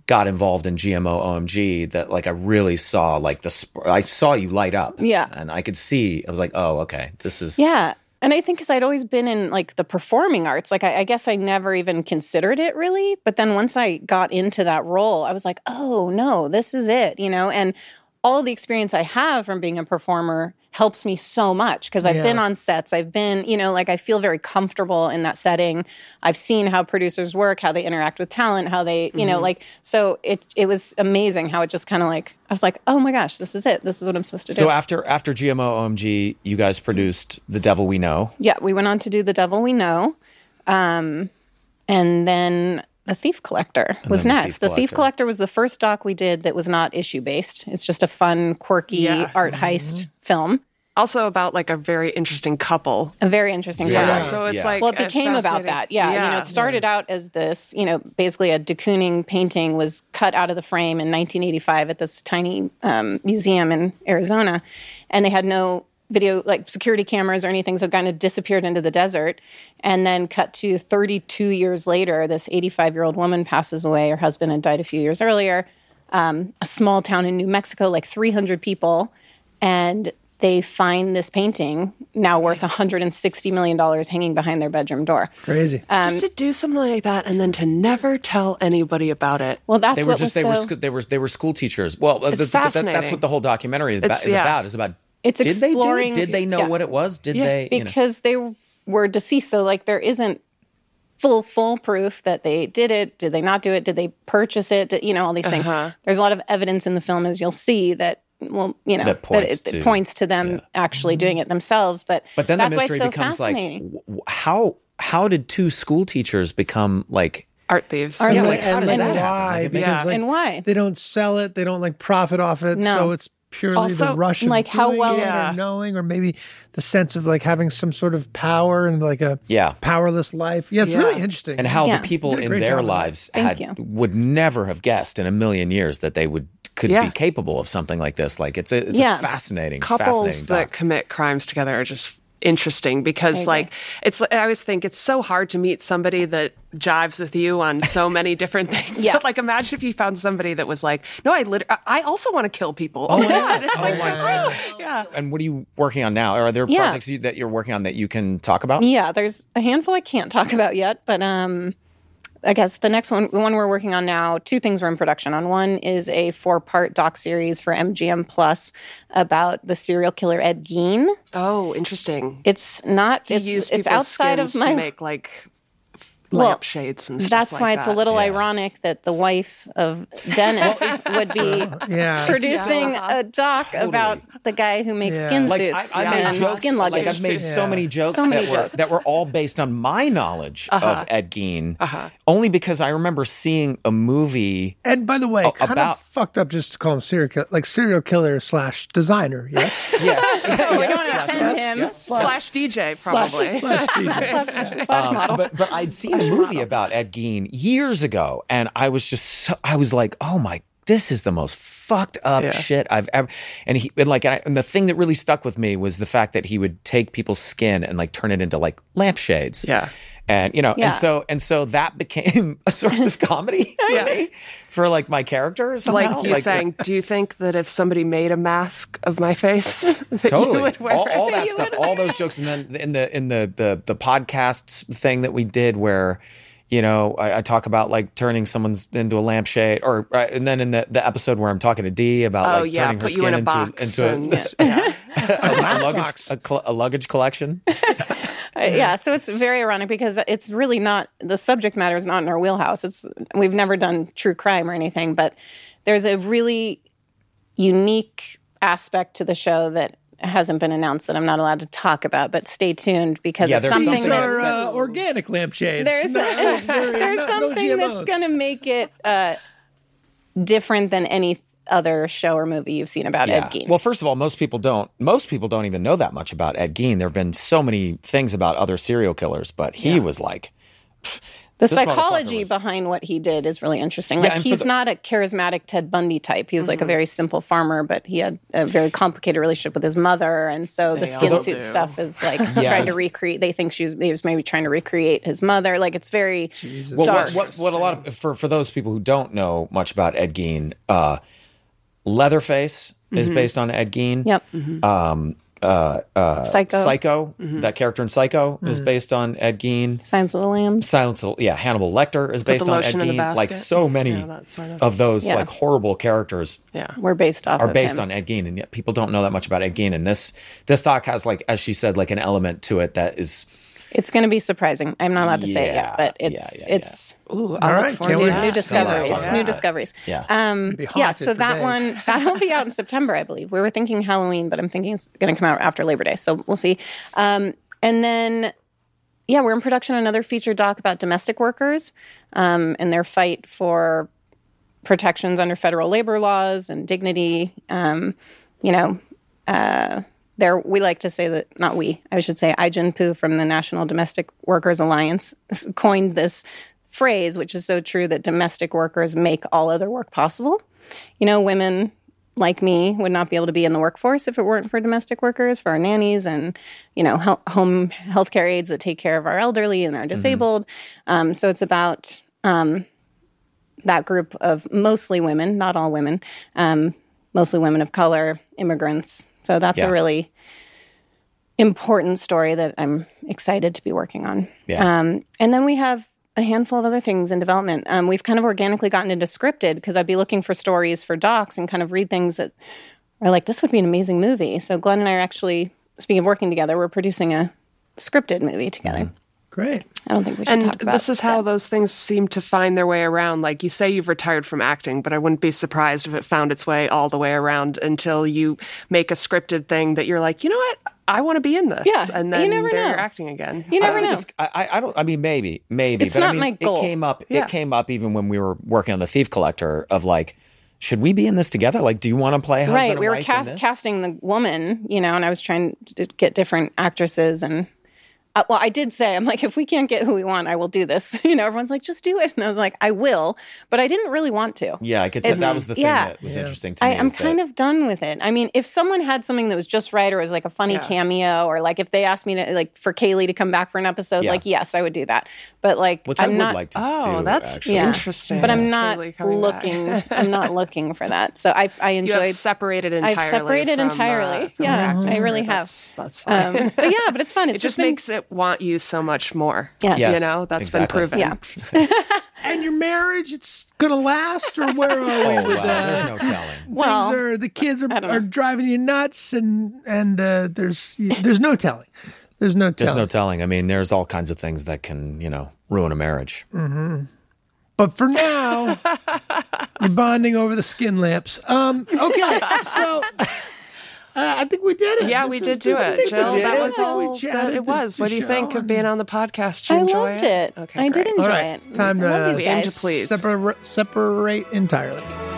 Speaker 5: got involved in GMO OMG that like I really saw like the sp- I saw you light up,
Speaker 4: Yeah.
Speaker 5: and I could see. I was like, oh, okay, this is
Speaker 4: Yeah. And I think because I'd always been in like the performing arts, like I, I guess I never even considered it really. But then once I got into that role, I was like, oh no, this is it, you know? And all the experience I have from being a performer helps me so much because I've
Speaker 1: Yeah.
Speaker 4: been on sets. I've been, you know, like I feel very comfortable in that setting. I've seen how producers work, how they interact with talent, how they, you know, like so it it was amazing how it just kind of like I was like, "Oh my gosh, this is it. This is what I'm supposed to do."
Speaker 5: So after after GMO OMG, you guys produced The Devil We Know.
Speaker 4: yeah, we went on to do The Devil We Know. Um and then the Thief Collector was
Speaker 5: then The Thief
Speaker 4: next. The Thief,
Speaker 5: Collector.
Speaker 4: Collector was the first doc we did that was not issue based. It's just a fun, quirky
Speaker 2: Yeah.
Speaker 4: art heist film.
Speaker 2: Also about like a very interesting couple.
Speaker 4: A very interesting
Speaker 5: Yeah.
Speaker 4: project.
Speaker 2: So it's
Speaker 5: Yeah.
Speaker 2: like
Speaker 4: well it
Speaker 2: a
Speaker 4: became about
Speaker 2: fascinating-
Speaker 4: that yeah, you know it started out as this you know basically a de kooning painting was cut out of the frame in 1985 at this tiny um, museum in arizona and they had no video like security cameras or anything so it kind of disappeared into the desert and then cut to 32 years later this 85 year old woman passes away her husband had died a few years earlier um, a small town in new mexico like 300 people and they find this painting now worth $160 million hanging behind their bedroom door.
Speaker 1: Crazy.
Speaker 4: Uh,
Speaker 5: Um,
Speaker 2: just to do something like that and then to never tell anybody about it.
Speaker 4: Well, that's
Speaker 5: They were
Speaker 4: what
Speaker 5: just
Speaker 4: was
Speaker 5: they
Speaker 4: so.
Speaker 5: were sc- they were they were school teachers. Well, uh,
Speaker 2: It's
Speaker 5: the, but that, that's
Speaker 2: fascinating.
Speaker 5: what the whole documentary is,
Speaker 2: It's-
Speaker 5: about, is
Speaker 2: yeah.
Speaker 5: about. Is about
Speaker 4: It's
Speaker 5: did they do
Speaker 4: exploring-
Speaker 5: it? Did they know
Speaker 4: yeah.
Speaker 5: what it was? Did
Speaker 2: Yeah,
Speaker 5: they you know?
Speaker 4: because they were deceased, so like there isn't full full proof that they did it. Did they not do it? Did they purchase it? Did- you know all these things.
Speaker 5: Uh-huh.
Speaker 4: There's a lot of evidence in the film, as you'll see, that well, you know, that,
Speaker 5: That points
Speaker 4: it, it
Speaker 5: to-
Speaker 4: points to them actually doing it themselves. But
Speaker 5: But then
Speaker 4: that's
Speaker 5: the mystery
Speaker 4: why it's so
Speaker 5: becomes like
Speaker 4: fascinating.
Speaker 5: w- w- how how did two school teachers become like
Speaker 2: Art thieves.
Speaker 4: Art-
Speaker 5: yeah,
Speaker 1: and
Speaker 5: like,
Speaker 1: and
Speaker 5: how does
Speaker 1: like,
Speaker 5: that happen?
Speaker 1: why?
Speaker 5: Like,
Speaker 1: Because
Speaker 2: Yeah.
Speaker 1: like
Speaker 4: And why?
Speaker 1: they don't sell it, they don't like profit off it,
Speaker 4: No.
Speaker 1: so it's purely the
Speaker 2: Also,
Speaker 1: rush of
Speaker 4: like, how
Speaker 1: doing
Speaker 4: well-
Speaker 1: it
Speaker 2: Yeah.
Speaker 1: or knowing, or maybe the sense of like having some sort of power and like a
Speaker 5: Yeah.
Speaker 1: powerless life. Yeah, it's
Speaker 2: Yeah.
Speaker 1: really interesting.
Speaker 5: and how
Speaker 4: Yeah.
Speaker 5: the people
Speaker 1: Did a
Speaker 5: in
Speaker 1: great job
Speaker 5: their
Speaker 1: on that.
Speaker 5: lives
Speaker 4: Thank
Speaker 5: had
Speaker 4: you.
Speaker 5: would never have guessed in a million years that they would could
Speaker 2: Yeah.
Speaker 5: be capable of something like this. Like it's a, it's
Speaker 4: Yeah.
Speaker 5: a fascinating
Speaker 2: couples
Speaker 5: fascinating
Speaker 2: that
Speaker 5: doc.
Speaker 2: commit crimes together are just interesting because like it's I always think it's so hard to meet somebody that jives with you on so many different <laughs> things.
Speaker 4: Yeah.
Speaker 2: But, like imagine if you found somebody that was like, no, I lit- I- I also want to kill people. <laughs> Oh,
Speaker 5: yeah.
Speaker 2: this
Speaker 5: Oh,
Speaker 2: thing's so
Speaker 5: yeah.
Speaker 2: great. Yeah.
Speaker 5: and what are you working on now? Are there
Speaker 4: Yeah.
Speaker 5: projects you, that you're working on that you can talk about?
Speaker 4: Yeah, there's a handful I can't talk about yet, but um, I guess the next one, the one we're working on now, two things we're in production on. One is a four part doc series for MGM Plus about the serial killer Ed Gein.
Speaker 2: Oh, interesting.
Speaker 4: It's not,
Speaker 2: He
Speaker 4: it's,
Speaker 2: used people's
Speaker 4: it's outside of
Speaker 2: skins
Speaker 4: my.
Speaker 2: to make like
Speaker 4: Well,
Speaker 2: lampshades and stuff.
Speaker 4: that's
Speaker 2: like
Speaker 4: why it's
Speaker 2: that.
Speaker 4: a little
Speaker 5: Yeah.
Speaker 4: ironic that the wife
Speaker 2: <laughs>
Speaker 4: of Dennis would be
Speaker 1: yeah.
Speaker 4: producing a doc about the guy who makes
Speaker 1: Yeah.
Speaker 4: skin
Speaker 5: Like I,
Speaker 4: suits
Speaker 5: I
Speaker 4: and
Speaker 5: made jokes,
Speaker 4: skin luggage.
Speaker 5: like I've made
Speaker 1: Yeah.
Speaker 5: so many jokes
Speaker 4: So many
Speaker 5: that were
Speaker 4: jokes. Uh-huh.
Speaker 5: that were all based on my knowledge of Ed Gein, only because I remember seeing
Speaker 4: <laughs>
Speaker 5: a movie.
Speaker 1: And by the way,
Speaker 5: Oh,
Speaker 1: kind
Speaker 5: about-
Speaker 1: of fucked up just to call him serial killer, like serial killer slash designer. Yes.
Speaker 5: Yes,
Speaker 4: we Oh, don't offend him. <laughs>
Speaker 2: slash DJ probably.
Speaker 1: Slash
Speaker 2: <laughs>
Speaker 1: DJ.
Speaker 5: Um, But but I'd seen a movie about Ed Gein years ago, and I was just so, I was like, oh my, this is the most fucked up
Speaker 2: Yeah.
Speaker 5: shit I've ever. And he and like and, I, and the thing that really stuck with me was the fact that he would take people's skin and like turn it into like lampshades.
Speaker 2: Yeah.
Speaker 5: And you know,
Speaker 4: Yeah.
Speaker 5: and so and so that became <laughs> a source of comedy
Speaker 2: <laughs>
Speaker 5: for
Speaker 2: Yeah.
Speaker 5: me, for like my character.
Speaker 2: like
Speaker 5: Somehow.
Speaker 2: you saying, do you think that if somebody made a mask of my face, <laughs> that you
Speaker 5: totally
Speaker 2: would wear
Speaker 5: all,
Speaker 2: it? <laughs>
Speaker 4: <laughs>
Speaker 5: all that stuff all those jokes and then in the in the the the podcasts thing that we did where you know i, I talk about like turning someone's into a lampshade or uh, and then in the, the episode where i'm talking to dee about
Speaker 2: Oh
Speaker 5: like
Speaker 2: yeah,
Speaker 5: turning her
Speaker 2: put
Speaker 5: skin
Speaker 2: you in a
Speaker 5: into,
Speaker 2: box
Speaker 5: into a-
Speaker 2: <laughs> and
Speaker 5: <laughs> a,
Speaker 1: glass
Speaker 5: luggage,
Speaker 1: box.
Speaker 5: a, cl- a
Speaker 2: <laughs>
Speaker 5: luggage collection
Speaker 4: Uh, yeah, so it's very ironic because it's really not the subject matter is not in our wheelhouse. It's we've never done true crime or anything, but there's a really unique aspect to the show that hasn't been announced that I'm not allowed to talk about. But stay tuned because
Speaker 5: Yeah,
Speaker 4: it's
Speaker 5: there's
Speaker 4: something
Speaker 1: These
Speaker 5: something
Speaker 4: that's
Speaker 1: are uh, organic lampshades.
Speaker 4: <laughs>
Speaker 5: <laughs>
Speaker 4: there's
Speaker 1: No,
Speaker 4: a-
Speaker 1: no,
Speaker 4: there's
Speaker 1: no
Speaker 4: something that's
Speaker 1: GMOs.
Speaker 4: going to make it uh, different than any other show or movie you've seen about Ed Gein.
Speaker 5: Well, first of all, most people don't. Most people don't even know that much about Ed Gein. There have been so many things about other serial killers, but he was like
Speaker 4: The
Speaker 5: This motherfucker
Speaker 4: psychology
Speaker 5: was-
Speaker 4: behind what he did is really interesting. Like
Speaker 5: and for
Speaker 4: he's
Speaker 5: the- Mm-hmm.
Speaker 4: not a charismatic Ted Bundy type. He was like a very simple farmer, but he had a very complicated relationship with his mother, and so the skin
Speaker 5: all
Speaker 4: suit
Speaker 2: do.
Speaker 4: stuff is
Speaker 5: <laughs>
Speaker 4: like
Speaker 5: it
Speaker 4: trying
Speaker 5: was-
Speaker 4: to recreate. They think she was, he was maybe trying to recreate his mother. Like it's very
Speaker 5: Well,
Speaker 4: dark.
Speaker 5: What, what, what a lot of for for those people who don't know much about Ed Gein, uh, Leatherface is based on Ed Gein.
Speaker 4: Mm-hmm. Yep.
Speaker 5: Um, uh, uh,
Speaker 4: Psycho. Mhm.
Speaker 5: That character in Psycho
Speaker 4: Mm.
Speaker 5: is based on Ed Gein.
Speaker 4: Signs of the Lambs.
Speaker 5: Silence, of- yeah, Hannibal Lecter is
Speaker 4: Put the
Speaker 5: based on Ed
Speaker 4: lotion in the
Speaker 5: Gein. Like
Speaker 4: basket.
Speaker 5: so many
Speaker 4: Yeah, that sort of-
Speaker 5: of, those
Speaker 4: Yeah.
Speaker 5: like horrible characters
Speaker 2: Yeah.
Speaker 4: We're based off
Speaker 5: are
Speaker 4: of
Speaker 5: based
Speaker 4: him.
Speaker 5: on Ed Gein, and yet people don't know that much about Ed Gein. And this this doc has like, as she said, like an element to it that is
Speaker 4: It's going to be surprising. I'm not allowed to say it
Speaker 5: Yeah,
Speaker 4: yet, but it's it's
Speaker 2: Ooh,
Speaker 4: all
Speaker 1: right, forward can't to wait. that.
Speaker 4: New
Speaker 1: Yeah.
Speaker 4: discoveries,
Speaker 1: Yeah.
Speaker 4: new discoveries.
Speaker 5: Yeah.
Speaker 4: Um,
Speaker 1: Be
Speaker 4: yeah.
Speaker 1: haunted
Speaker 4: So
Speaker 1: for
Speaker 4: that
Speaker 1: days.
Speaker 4: <laughs> one that'll be out in September, I believe. We were thinking Halloween, but I'm thinking it's going to come out after Labor Day, so we'll see. Um, and then, yeah, we're in production on another feature doc about domestic workers um, and their fight for protections under federal labor laws and dignity. Um, you know, uh, there we like to say that not we, I should say, I Jin Poo from the National Domestic Workers Alliance <laughs> coined this phrase, which is so true that domestic workers make all other work possible. You know, women like me would not be able to be in the workforce if it weren't for domestic workers, for our nannies and you know hel- home healthcare aides that take care of our elderly and our disabled. Um, so it's about um, that group of mostly women, not all women, um, mostly women of color, immigrants. So that's
Speaker 5: Yeah.
Speaker 4: a really important story that I'm excited to be working on.
Speaker 5: Yeah.
Speaker 4: Um, and then we have a handful of other things in development. Um, we've kind of organically gotten into scripted because I'd be looking for stories for docs and kind of read things that are like, this would be an amazing movie. So Glenn and I are actually, speaking of working together, we're producing a scripted movie together.
Speaker 1: Great.
Speaker 4: I don't think we should
Speaker 2: And
Speaker 4: talk about
Speaker 2: this is how those things seem to find their way around. Like you say, you've retired from acting, but I wouldn't be surprised if it found its way all the way around until you make a scripted thing that you're like, you know what, I want to be in this.
Speaker 4: Yeah,
Speaker 2: and
Speaker 4: you
Speaker 2: then
Speaker 4: never
Speaker 2: there
Speaker 4: know.
Speaker 2: you're acting again.
Speaker 4: You never know.
Speaker 5: I, I- I don't. I mean, maybe, maybe,
Speaker 4: It's
Speaker 5: but I
Speaker 4: not
Speaker 5: mean,
Speaker 4: my
Speaker 5: it
Speaker 4: goal.
Speaker 5: came up.
Speaker 2: Yeah.
Speaker 5: It came up even when we were working on the Thief Collector. Of like, should we be in this together? Like, do you want to play? Husband
Speaker 4: right
Speaker 5: and
Speaker 4: we were
Speaker 5: wife in
Speaker 4: cast,
Speaker 5: this?
Speaker 4: casting the woman you know and i was trying to d- get different actresses and uh, well i did say i'm like if we can't get who we want i will do this <laughs> you know everyone's like just do it and i was like i will but i didn't really want to
Speaker 5: Yeah, I could tell
Speaker 4: It's-
Speaker 5: that was the thing
Speaker 4: yeah.
Speaker 5: that was
Speaker 1: Yeah.
Speaker 5: interesting to
Speaker 4: I,
Speaker 5: me.
Speaker 4: I'm
Speaker 5: is that-
Speaker 4: kind of done with it. I mean, if someone had something that was just right, or was like a funny
Speaker 2: Yeah.
Speaker 4: cameo, or like if they asked me to like for Kaylee to come back for an episode,
Speaker 5: Yeah.
Speaker 4: like yes, I would do that. But like,
Speaker 5: which i
Speaker 4: I'm
Speaker 5: would
Speaker 4: not.
Speaker 5: like to do.
Speaker 2: Oh, that's
Speaker 5: actually.
Speaker 4: Yeah.
Speaker 2: interesting.
Speaker 4: but I'm not
Speaker 2: Kaylee coming back.
Speaker 4: looking. I'm not looking for that. So I I
Speaker 2: You
Speaker 4: enjoyed
Speaker 2: have separated entirely.
Speaker 4: I've separated
Speaker 2: from, uh,
Speaker 4: entirely.
Speaker 2: from
Speaker 4: Yeah,
Speaker 2: acting.
Speaker 4: I really have.
Speaker 2: That's, that's fine.
Speaker 4: Um, but yeah, but it's fun.
Speaker 2: it
Speaker 4: It's
Speaker 2: just
Speaker 4: been-
Speaker 2: makes it want you so much more.
Speaker 4: Yes.
Speaker 5: Yes,
Speaker 2: You know, that's
Speaker 5: exactly.
Speaker 2: been proven.
Speaker 4: yeah.
Speaker 1: And your marriage, it's gonna last, or where are we
Speaker 5: Oh, wow.
Speaker 1: with <laughs>
Speaker 5: There's
Speaker 1: that?
Speaker 5: no telling.
Speaker 4: Well,
Speaker 1: Things are- the kids are,
Speaker 4: I don't
Speaker 1: are
Speaker 4: know.
Speaker 1: driving you nuts, and and uh, there's there's no telling. There's no
Speaker 5: There's
Speaker 1: telling.
Speaker 5: no telling. I mean, there's all kinds of things that can, you know, ruin a marriage.
Speaker 1: but for now, you're bonding over the skin lamps. Um, okay, so. Uh, I think we did it.
Speaker 2: <laughs> Yeah,
Speaker 1: This
Speaker 2: we
Speaker 1: is-
Speaker 2: did do
Speaker 1: this is- I
Speaker 2: it,
Speaker 1: think we
Speaker 2: Jill.
Speaker 1: did
Speaker 2: That
Speaker 1: it.
Speaker 2: was
Speaker 1: I think we
Speaker 2: all that
Speaker 1: chatted
Speaker 2: it
Speaker 1: the-
Speaker 2: was.
Speaker 1: the
Speaker 2: What do you think
Speaker 1: show
Speaker 2: of being on the podcast? Did you
Speaker 4: I
Speaker 2: enjoy
Speaker 4: loved it.
Speaker 2: Okay,
Speaker 4: I
Speaker 2: great.
Speaker 4: did enjoy
Speaker 1: All right,
Speaker 4: it.
Speaker 1: time
Speaker 4: I love
Speaker 1: to
Speaker 4: you
Speaker 2: Aim to
Speaker 4: guys.
Speaker 2: please.
Speaker 1: Separa- separate entirely.